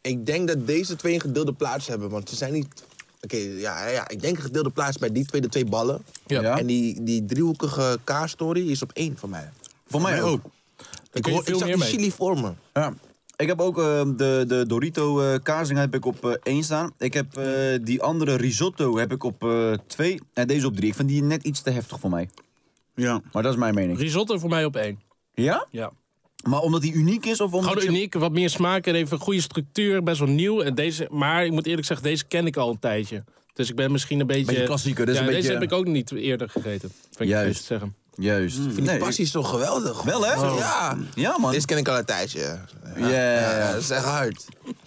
Speaker 7: Ik denk dat deze twee een gedeelde plaats hebben. Want ze zijn niet. Oké, ja, ja, ja, ik denk een gedeelde plaats bij die twee, de twee ballen.
Speaker 8: Ja.
Speaker 4: Ja.
Speaker 7: En die, die driehoekige kaasstory is op één van mij.
Speaker 4: Voor mij ook.
Speaker 7: Ik,
Speaker 8: kun je
Speaker 7: hoor, ik
Speaker 8: veel
Speaker 7: zag
Speaker 8: meer
Speaker 7: die
Speaker 8: mee.
Speaker 7: chili voor me.
Speaker 4: Ja. Ik heb ook ehm, de, de Dorito eh kazing heb ik op eh, één staan. Ik heb eh, die andere risotto heb ik op eh, twee. En deze op drie. Ik vind die net iets te heftig voor mij.
Speaker 5: Ja.
Speaker 4: Maar dat is mijn mening.
Speaker 8: Risotto voor mij op één.
Speaker 4: Ja?
Speaker 8: Ja.
Speaker 4: Maar omdat die uniek is of omdat
Speaker 8: Gouden
Speaker 4: je-
Speaker 8: uniek, wat meer smaak en even een goede structuur, best wel nieuw. En deze, maar ik moet eerlijk zeggen, deze ken ik al een tijdje. Dus ik ben misschien een beetje...
Speaker 4: Beetje klassieker, dus
Speaker 8: ja,
Speaker 4: een
Speaker 8: deze
Speaker 4: beetje-
Speaker 8: heb ik ook niet eerder gegeten. Vind ik
Speaker 4: Juist.
Speaker 8: even te zeggen.
Speaker 4: Juist.
Speaker 7: Die
Speaker 4: Nee,
Speaker 7: passie
Speaker 4: ik-
Speaker 7: is zo geweldig.
Speaker 4: Wel, hè?
Speaker 7: Ja.
Speaker 4: Ja man.
Speaker 7: Deze ken ik al een tijdje.
Speaker 4: Ja, Oh. ja, ja.
Speaker 7: Dat is echt hard.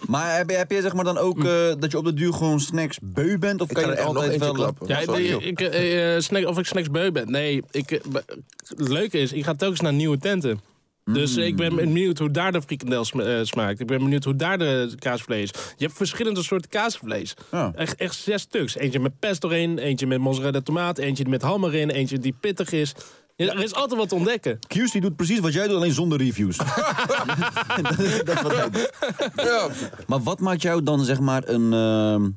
Speaker 4: Maar heb je, heb je zeg maar dan ook
Speaker 8: Mm.
Speaker 4: eh, dat je op de duur gewoon snacks beu bent? Of
Speaker 7: Ik
Speaker 4: kan
Speaker 7: kan
Speaker 4: je
Speaker 7: er
Speaker 4: het
Speaker 7: echt nog
Speaker 4: altijd
Speaker 7: eentje
Speaker 4: Oh, wel...
Speaker 7: klappen.
Speaker 8: Ja,
Speaker 7: Sorry,
Speaker 8: nee,
Speaker 7: joh.
Speaker 8: ik, eh, eh, snack, of ik snacksbeu ben. Nee, ik, eh, b- het leuke is, ik ga telkens naar nieuwe tenten. Dus ik
Speaker 4: Mm.
Speaker 8: ben benieuwd hoe daar de frikandel sma- eh, smaakt. Ik ben benieuwd hoe daar de kaasvlees. Je hebt verschillende soorten kaasvlees.
Speaker 4: Ja.
Speaker 8: Echt, echt zes stuks. Eentje met pesto erin, eentje met mozzarella tomaat, eentje met ham erin, eentje die pittig is. Ja, Er is altijd wat te ontdekken.
Speaker 4: Q's die doet precies wat jij doet, alleen zonder reviews. dat is dat wat hij doet. Maar wat maakt jou dan zeg maar een, ehm,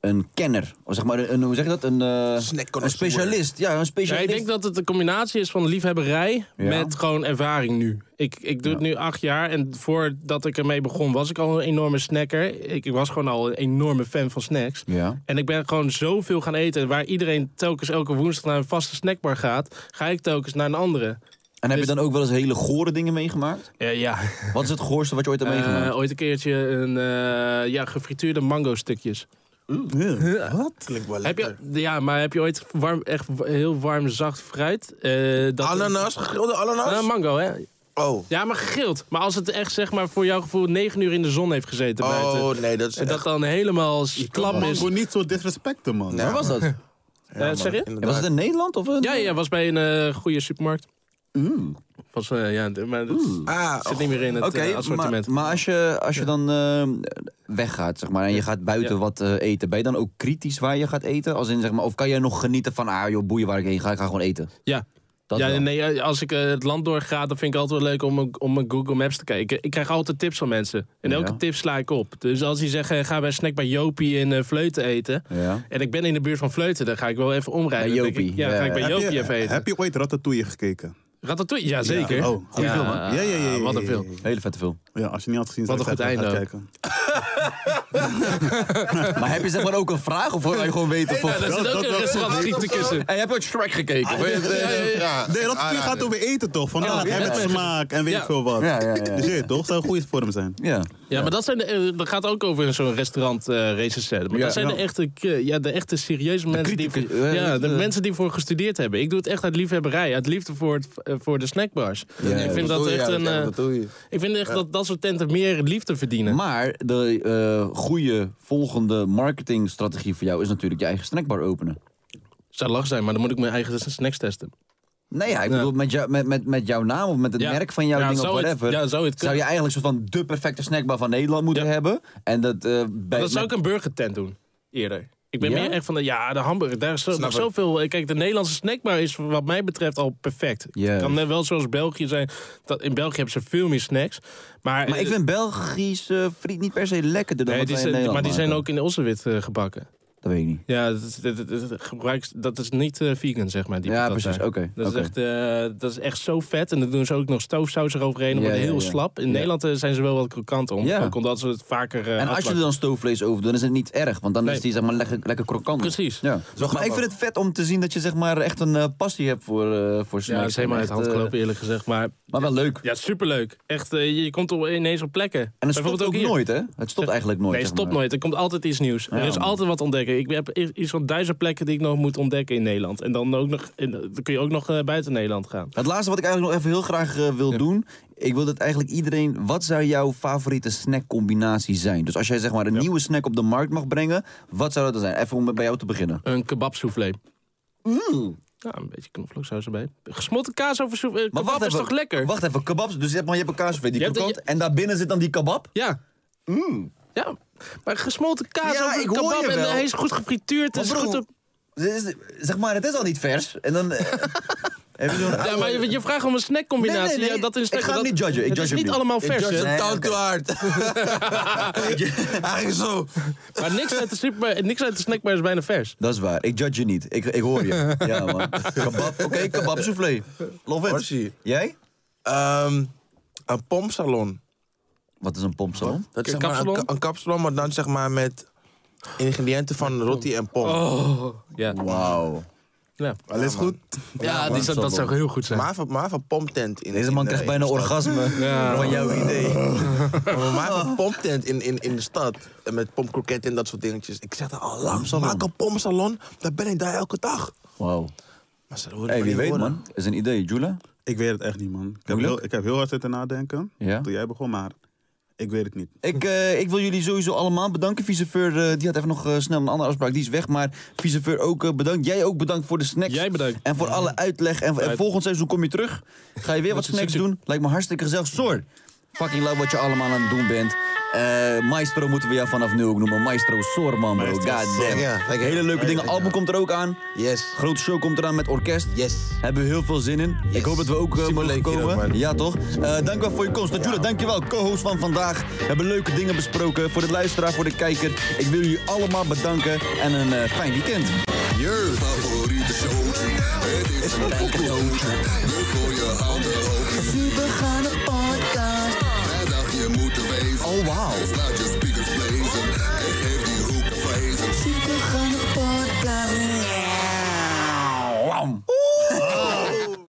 Speaker 4: een kenner? Of zeg maar een, hoe zeg je dat? Een, eh, een
Speaker 7: Snackconnoisseur.
Speaker 4: specialist. Ja, een
Speaker 8: Ja,
Speaker 4: specialist.
Speaker 8: ik denk dat het een combinatie is van liefhebberij
Speaker 4: Ja.
Speaker 8: met gewoon ervaring nu. Ik, ik doe het nu acht jaar en voordat ik ermee begon was ik al een enorme snacker. Ik, ik was gewoon al een enorme fan van snacks.
Speaker 4: Ja.
Speaker 8: En ik ben gewoon zoveel gaan eten. Waar iedereen telkens elke woensdag naar een vaste snackbar gaat, ga ik telkens naar een andere.
Speaker 4: En heb je dan ook wel eens hele gore dingen meegemaakt?
Speaker 8: Eh, ja,
Speaker 4: Wat is het goorste wat je ooit hebt meegemaakt?
Speaker 8: Eh, ooit een keertje een eh, ja, gefrituurde mango stukjes.
Speaker 7: Klinkt wel
Speaker 8: Heb
Speaker 7: lekker.
Speaker 8: je, ja, maar heb je ooit warm, echt wa- heel warm zacht fruit? Eh, dat-
Speaker 7: Ananas, gegrilde ananas?
Speaker 8: Eh, mango, hè?
Speaker 7: oh.
Speaker 8: Ja, maar gegrild. Maar als het echt, zeg maar, voor jouw gevoel negen uur in de zon heeft gezeten buiten.
Speaker 7: Oh, nee, dat is
Speaker 8: En dat
Speaker 7: echt-
Speaker 8: dan helemaal klap is.
Speaker 5: Mango niet zo disrespecten, man.
Speaker 7: Nee.
Speaker 4: Waar was dat?
Speaker 8: Eh, zeg je?
Speaker 7: inderdaad.
Speaker 4: Was het in Nederland? Of een...
Speaker 8: Ja, ja, was bij een eh, goede supermarkt. Was, eh, ja, d- maar dat
Speaker 7: Ah,
Speaker 8: zit niet meer in het
Speaker 4: Mm. Oké,
Speaker 8: eh,
Speaker 4: maar,
Speaker 8: assortiment.
Speaker 4: maar als je, als je dan eh, weggaat, zeg maar, en je gaat buiten
Speaker 8: Ja.
Speaker 4: wat eh, eten, ben je dan ook kritisch waar je gaat eten? Als in, zeg maar, of kan jij nog genieten van, ah joh, boeien waar ik heen ga, ik ga gewoon eten?
Speaker 8: ja.
Speaker 4: Dat
Speaker 8: ja,
Speaker 4: wel.
Speaker 8: nee, ja, als ik eh, het land doorga, dan vind ik altijd wel leuk om, mijn- om mijn Google Maps te kijken. Ik, ik krijg altijd tips van mensen. En
Speaker 4: Ja.
Speaker 8: elke tip sla ik op. Dus als die zeggen, ga bij Snack bij Jopie in eh, Vleuten eten.
Speaker 4: Ja.
Speaker 8: En ik ben in de buurt van Vleuten, dan ga ik wel even omrijden.
Speaker 4: Bij
Speaker 8: Dan denk ik,
Speaker 4: Jopie,
Speaker 8: ja,
Speaker 4: ja.
Speaker 8: ga ik bij
Speaker 5: Heb
Speaker 8: Jopie
Speaker 5: je,
Speaker 8: even eten.
Speaker 5: heb je ooit Ratatouille gekeken?
Speaker 8: Ratatouille, ja zeker.
Speaker 5: Ja. Oh, goeie film, hè? Ja, ja, ja, ja,
Speaker 8: Wat een
Speaker 5: ja,
Speaker 8: film.
Speaker 5: ja, ja.
Speaker 4: Hele vette film.
Speaker 5: Ja, als je niet had gezien,
Speaker 8: Wat
Speaker 5: zou ik
Speaker 8: een
Speaker 5: zeggen,
Speaker 8: goed
Speaker 5: ga
Speaker 8: einde
Speaker 5: kijken.
Speaker 4: Maar heb je zeg maar ook een vraag of wil je gewoon weten
Speaker 8: Ja,
Speaker 4: of...
Speaker 8: daar zit ook een restaurant te kussen.
Speaker 4: En heb je ooit Shrek gekeken?
Speaker 7: Ja, ja,
Speaker 4: Ah,
Speaker 7: ja.
Speaker 5: Nee, Ratatouille gaat over eten, toch? Vandaag, en met smaak en weet
Speaker 8: Ja.
Speaker 5: ik veel wat.
Speaker 4: Ja, ja, ja.
Speaker 5: Dus je, weet toch? Zou een goede vorm zijn.
Speaker 4: Ja.
Speaker 8: Ja, maar dat, zijn de, eh, dat gaat ook over zo'n restaurant eh races set. Maar
Speaker 4: Ja,
Speaker 8: dat zijn de
Speaker 5: ja.
Speaker 8: echte, ke- ja, de echte serieuze mensen, die,
Speaker 4: kritieke-
Speaker 8: voor-
Speaker 4: eh,
Speaker 8: ja, de
Speaker 4: eh.
Speaker 8: mensen die voor gestudeerd hebben. Ik doe het echt uit liefhebberij, uit liefde voor, het, eh, voor de snackbars. ik vind dat echt een. eh,
Speaker 7: Dat doe je.
Speaker 8: ik vind echt dat dat soort tenten meer liefde verdienen.
Speaker 4: Maar de eh goede volgende marketingstrategie voor jou is natuurlijk je eigen snackbar openen.
Speaker 8: Zou lach zijn, maar dan moet ik mijn eigen snacks testen.
Speaker 4: Nee, ja, ik bedoel, met, jou, met, met, met jouw naam of met het
Speaker 8: Ja.
Speaker 4: merk van jouw
Speaker 8: Ja,
Speaker 4: ding of
Speaker 8: zou het-
Speaker 4: whatever...
Speaker 8: ja, zou
Speaker 4: zou
Speaker 8: het
Speaker 4: je
Speaker 8: kunnen.
Speaker 4: eigenlijk soort van de perfecte snackbar van Nederland moeten
Speaker 8: Ja.
Speaker 4: hebben. En dat, eh, bij,
Speaker 8: Dat zou
Speaker 4: met-
Speaker 8: ik een burgertent doen, eerder. Ik ben
Speaker 4: Ja?
Speaker 8: meer echt van de, ja, de hamburger, daar is zo, nog
Speaker 7: ik.
Speaker 8: zoveel... eh, Kijk, de Nederlandse snackbar is wat mij betreft al perfect. Het
Speaker 4: Juist.
Speaker 8: kan net wel zoals België zijn. Dat, in België hebben ze veel meer snacks. Maar,
Speaker 4: Maar ik
Speaker 8: eh,
Speaker 4: vind Belgische friet niet per se lekkerder dan
Speaker 8: nee,
Speaker 4: wat
Speaker 8: die
Speaker 4: wij in
Speaker 8: zijn-
Speaker 4: Nederland
Speaker 8: maar die zijn
Speaker 4: maken.
Speaker 8: ook in Ossewit eh, gebakken.
Speaker 4: Dat weet ik niet.
Speaker 8: Ja, dat, is- dat, dat, dat gebruik, dat is niet eh, vegan, zeg maar. Die
Speaker 4: Ja,
Speaker 8: patat
Speaker 4: precies.
Speaker 8: daar.
Speaker 4: Oké,
Speaker 8: Dat,
Speaker 4: oké.
Speaker 8: is echt, eh, dat is echt zo vet. En dan doen ze ook nog stoofsaus eroverheen. Dan
Speaker 4: Ja,
Speaker 8: wordt het
Speaker 4: ja,
Speaker 8: heel
Speaker 4: ja.
Speaker 8: slap. In
Speaker 4: Ja.
Speaker 8: Nederland eh, zijn ze wel wat krokant om.
Speaker 4: Ja.
Speaker 8: Ook omdat ze het vaker eh,
Speaker 4: En als je
Speaker 8: afbakken.
Speaker 4: er dan stoofvlees over doet, dan is het niet erg. Want dan
Speaker 8: Nee.
Speaker 4: is die zeg maar lekker, lekker krokant.
Speaker 8: Precies.
Speaker 4: Ja. Maar ik vind het vet om te zien dat je zeg maar echt een eh, passie hebt voor, eh voor
Speaker 8: Ja,
Speaker 4: snacks.
Speaker 8: dat is helemaal uit
Speaker 4: Echt,
Speaker 8: de hand
Speaker 4: eh,
Speaker 8: gelopen, eerlijk gezegd. Maar
Speaker 4: Maar wel leuk.
Speaker 8: Ja, superleuk. Echt, eh, je- je komt op, ineens op plekken.
Speaker 4: En het
Speaker 8: Bijvoorbeeld
Speaker 4: stopt ook
Speaker 8: hier.
Speaker 4: nooit, hè? Het stopt eigenlijk nooit.
Speaker 8: Nee, het
Speaker 4: zeg
Speaker 8: stopt
Speaker 4: maar.
Speaker 8: nooit. Er komt altijd iets nieuws. er is
Speaker 4: man.
Speaker 8: altijd wat ontdekken. Ik heb i- iets van duizend plekken die ik nog moet ontdekken in Nederland. En dan, ook nog, en dan kun je ook nog eh, buiten Nederland gaan.
Speaker 4: Het laatste wat ik eigenlijk nog even heel graag eh, wil doen. Ik wil dat eigenlijk iedereen. Wat zou jouw favoriete snackcombinatie zijn? Dus als jij zeg maar een nieuwe snack op de markt mag brengen, wat zou dat dan zijn? Even om bij jou te beginnen.
Speaker 8: Mm. Een kebabsoufflé. Ja, een beetje knoflooksaus erbij. Gesmolten kaas over soep. eh, kebab is
Speaker 9: even,
Speaker 8: toch lekker?
Speaker 9: Wacht even, kebabs. Dus je hebt, maar je hebt een kaasvlees die
Speaker 8: Je hebt-
Speaker 9: krokant. En daarbinnen zit dan die kebab.
Speaker 8: Ja. Ja, maar gesmolten kaas
Speaker 9: Mm. Ja,
Speaker 8: over
Speaker 9: ik
Speaker 8: een
Speaker 9: hoor
Speaker 8: kebab.
Speaker 9: je
Speaker 8: En
Speaker 9: wel.
Speaker 8: eh, hij is goed gefrituurd.
Speaker 9: Maar
Speaker 8: Het is
Speaker 9: broer,
Speaker 8: goed op...
Speaker 9: Dit is- zeg maar, het is al niet vers. En dan... eh, heb je zo'n
Speaker 8: Ja,
Speaker 9: oude-
Speaker 8: maar je, je vraagt om een snackcombinatie.
Speaker 9: Nee, nee, nee.
Speaker 8: Ja, dat is
Speaker 9: Ik ga hem
Speaker 8: dat-
Speaker 9: niet judgen. Ik
Speaker 8: het
Speaker 9: judge
Speaker 8: is
Speaker 9: hem
Speaker 8: niet
Speaker 9: niet.
Speaker 8: allemaal
Speaker 9: Ik
Speaker 8: vers,
Speaker 9: judge
Speaker 8: hè?
Speaker 9: hem.
Speaker 7: Tang
Speaker 9: oké.
Speaker 7: te hard. Eigenlijk zo.
Speaker 8: Maar niks uit de, superma- niks uit de snackbar is bijna vers.
Speaker 4: Dat is waar. Ik judge je niet. Ik, ik hoor je. Ja, man. Kebab. Oké, kebab soufflé. Love it.
Speaker 7: Orsi.
Speaker 4: Jij?
Speaker 7: Ehm, een pompsalon.
Speaker 4: Wat is een pompsalon?
Speaker 7: Dat is
Speaker 8: Een
Speaker 7: zeg maar een,
Speaker 8: kapsalon?
Speaker 7: ka- een kapsalon, maar dan zeg maar met ingrediënten van
Speaker 8: Oh.
Speaker 7: roti en pom.
Speaker 8: Ja,
Speaker 4: Wauw.
Speaker 8: ja.
Speaker 5: Alles goed?
Speaker 8: ja die, zou- dat zou heel goed zijn.
Speaker 7: Maar van, maar van pomptent. In,
Speaker 4: Deze
Speaker 7: in
Speaker 4: man
Speaker 7: de-
Speaker 4: krijgt
Speaker 7: in
Speaker 4: bijna
Speaker 7: de stad.
Speaker 4: orgasme
Speaker 8: Ja.
Speaker 4: van jouw idee.
Speaker 7: Maar van pomptent in, in, in de stad. En Met pompkroketten en dat soort dingetjes. Ik zeg dat al lang. Maak een pompsalon, dan ben ik daar elke dag.
Speaker 4: Wauw.
Speaker 7: Maar ze horen
Speaker 4: Hey,
Speaker 7: me
Speaker 4: wie
Speaker 7: niet
Speaker 4: weet,
Speaker 7: horen.
Speaker 4: man. Is een idee. Jula?
Speaker 5: Ik weet het echt niet, man. Ik heb,
Speaker 4: Moeilijk?
Speaker 5: heel, ik heb heel hard zitten nadenken
Speaker 4: Ja?
Speaker 5: toen jij begon, maar ik weet het niet.
Speaker 4: Ik, eh, ik wil jullie sowieso allemaal bedanken. Viseveur, eh, die had even nog eh, snel een andere afspraak. Die is weg, maar Viseveur ook eh, bedankt. Jij ook bedankt voor de snacks.
Speaker 8: Jij bedankt.
Speaker 4: En voor alle uitleg. En, en volgend seizoen kom je terug. Ga je weer wat
Speaker 8: is een
Speaker 4: snacks
Speaker 8: succes.
Speaker 4: doen. Lijkt me hartstikke gezellig. Soor, fucking leuk wat je allemaal aan het doen bent. Eh, Maestro moeten we jou vanaf nu ook noemen. Maestro Soor, man, bro.
Speaker 5: Maestro
Speaker 4: God
Speaker 5: Soor.
Speaker 4: damn.
Speaker 7: Ja, dank je.
Speaker 4: Hele leuke dingen. Album komt er ook aan.
Speaker 7: Yes.
Speaker 4: Grote show komt eraan met orkest.
Speaker 7: Yes.
Speaker 4: Hebben we heel veel zin in.
Speaker 7: Yes.
Speaker 4: Ik hoop dat we ook eh, mogen
Speaker 7: Superleuk hier ook,
Speaker 4: komen.
Speaker 7: man.
Speaker 4: ja, toch? Eh dank wel voor je komst. Najula, dankjewel. Co-host van vandaag. We hebben leuke dingen besproken. Voor de luisteraar, voor de kijker. Ik wil jullie allemaal bedanken. En een eh, fijn weekend.
Speaker 3: Je favoriete showtje. Het is een lekker nootje. Leuk voor je handen ook. Supergane podcast. Vrijdag je moet er wezen. Oh wow. Sluit je speakers blij.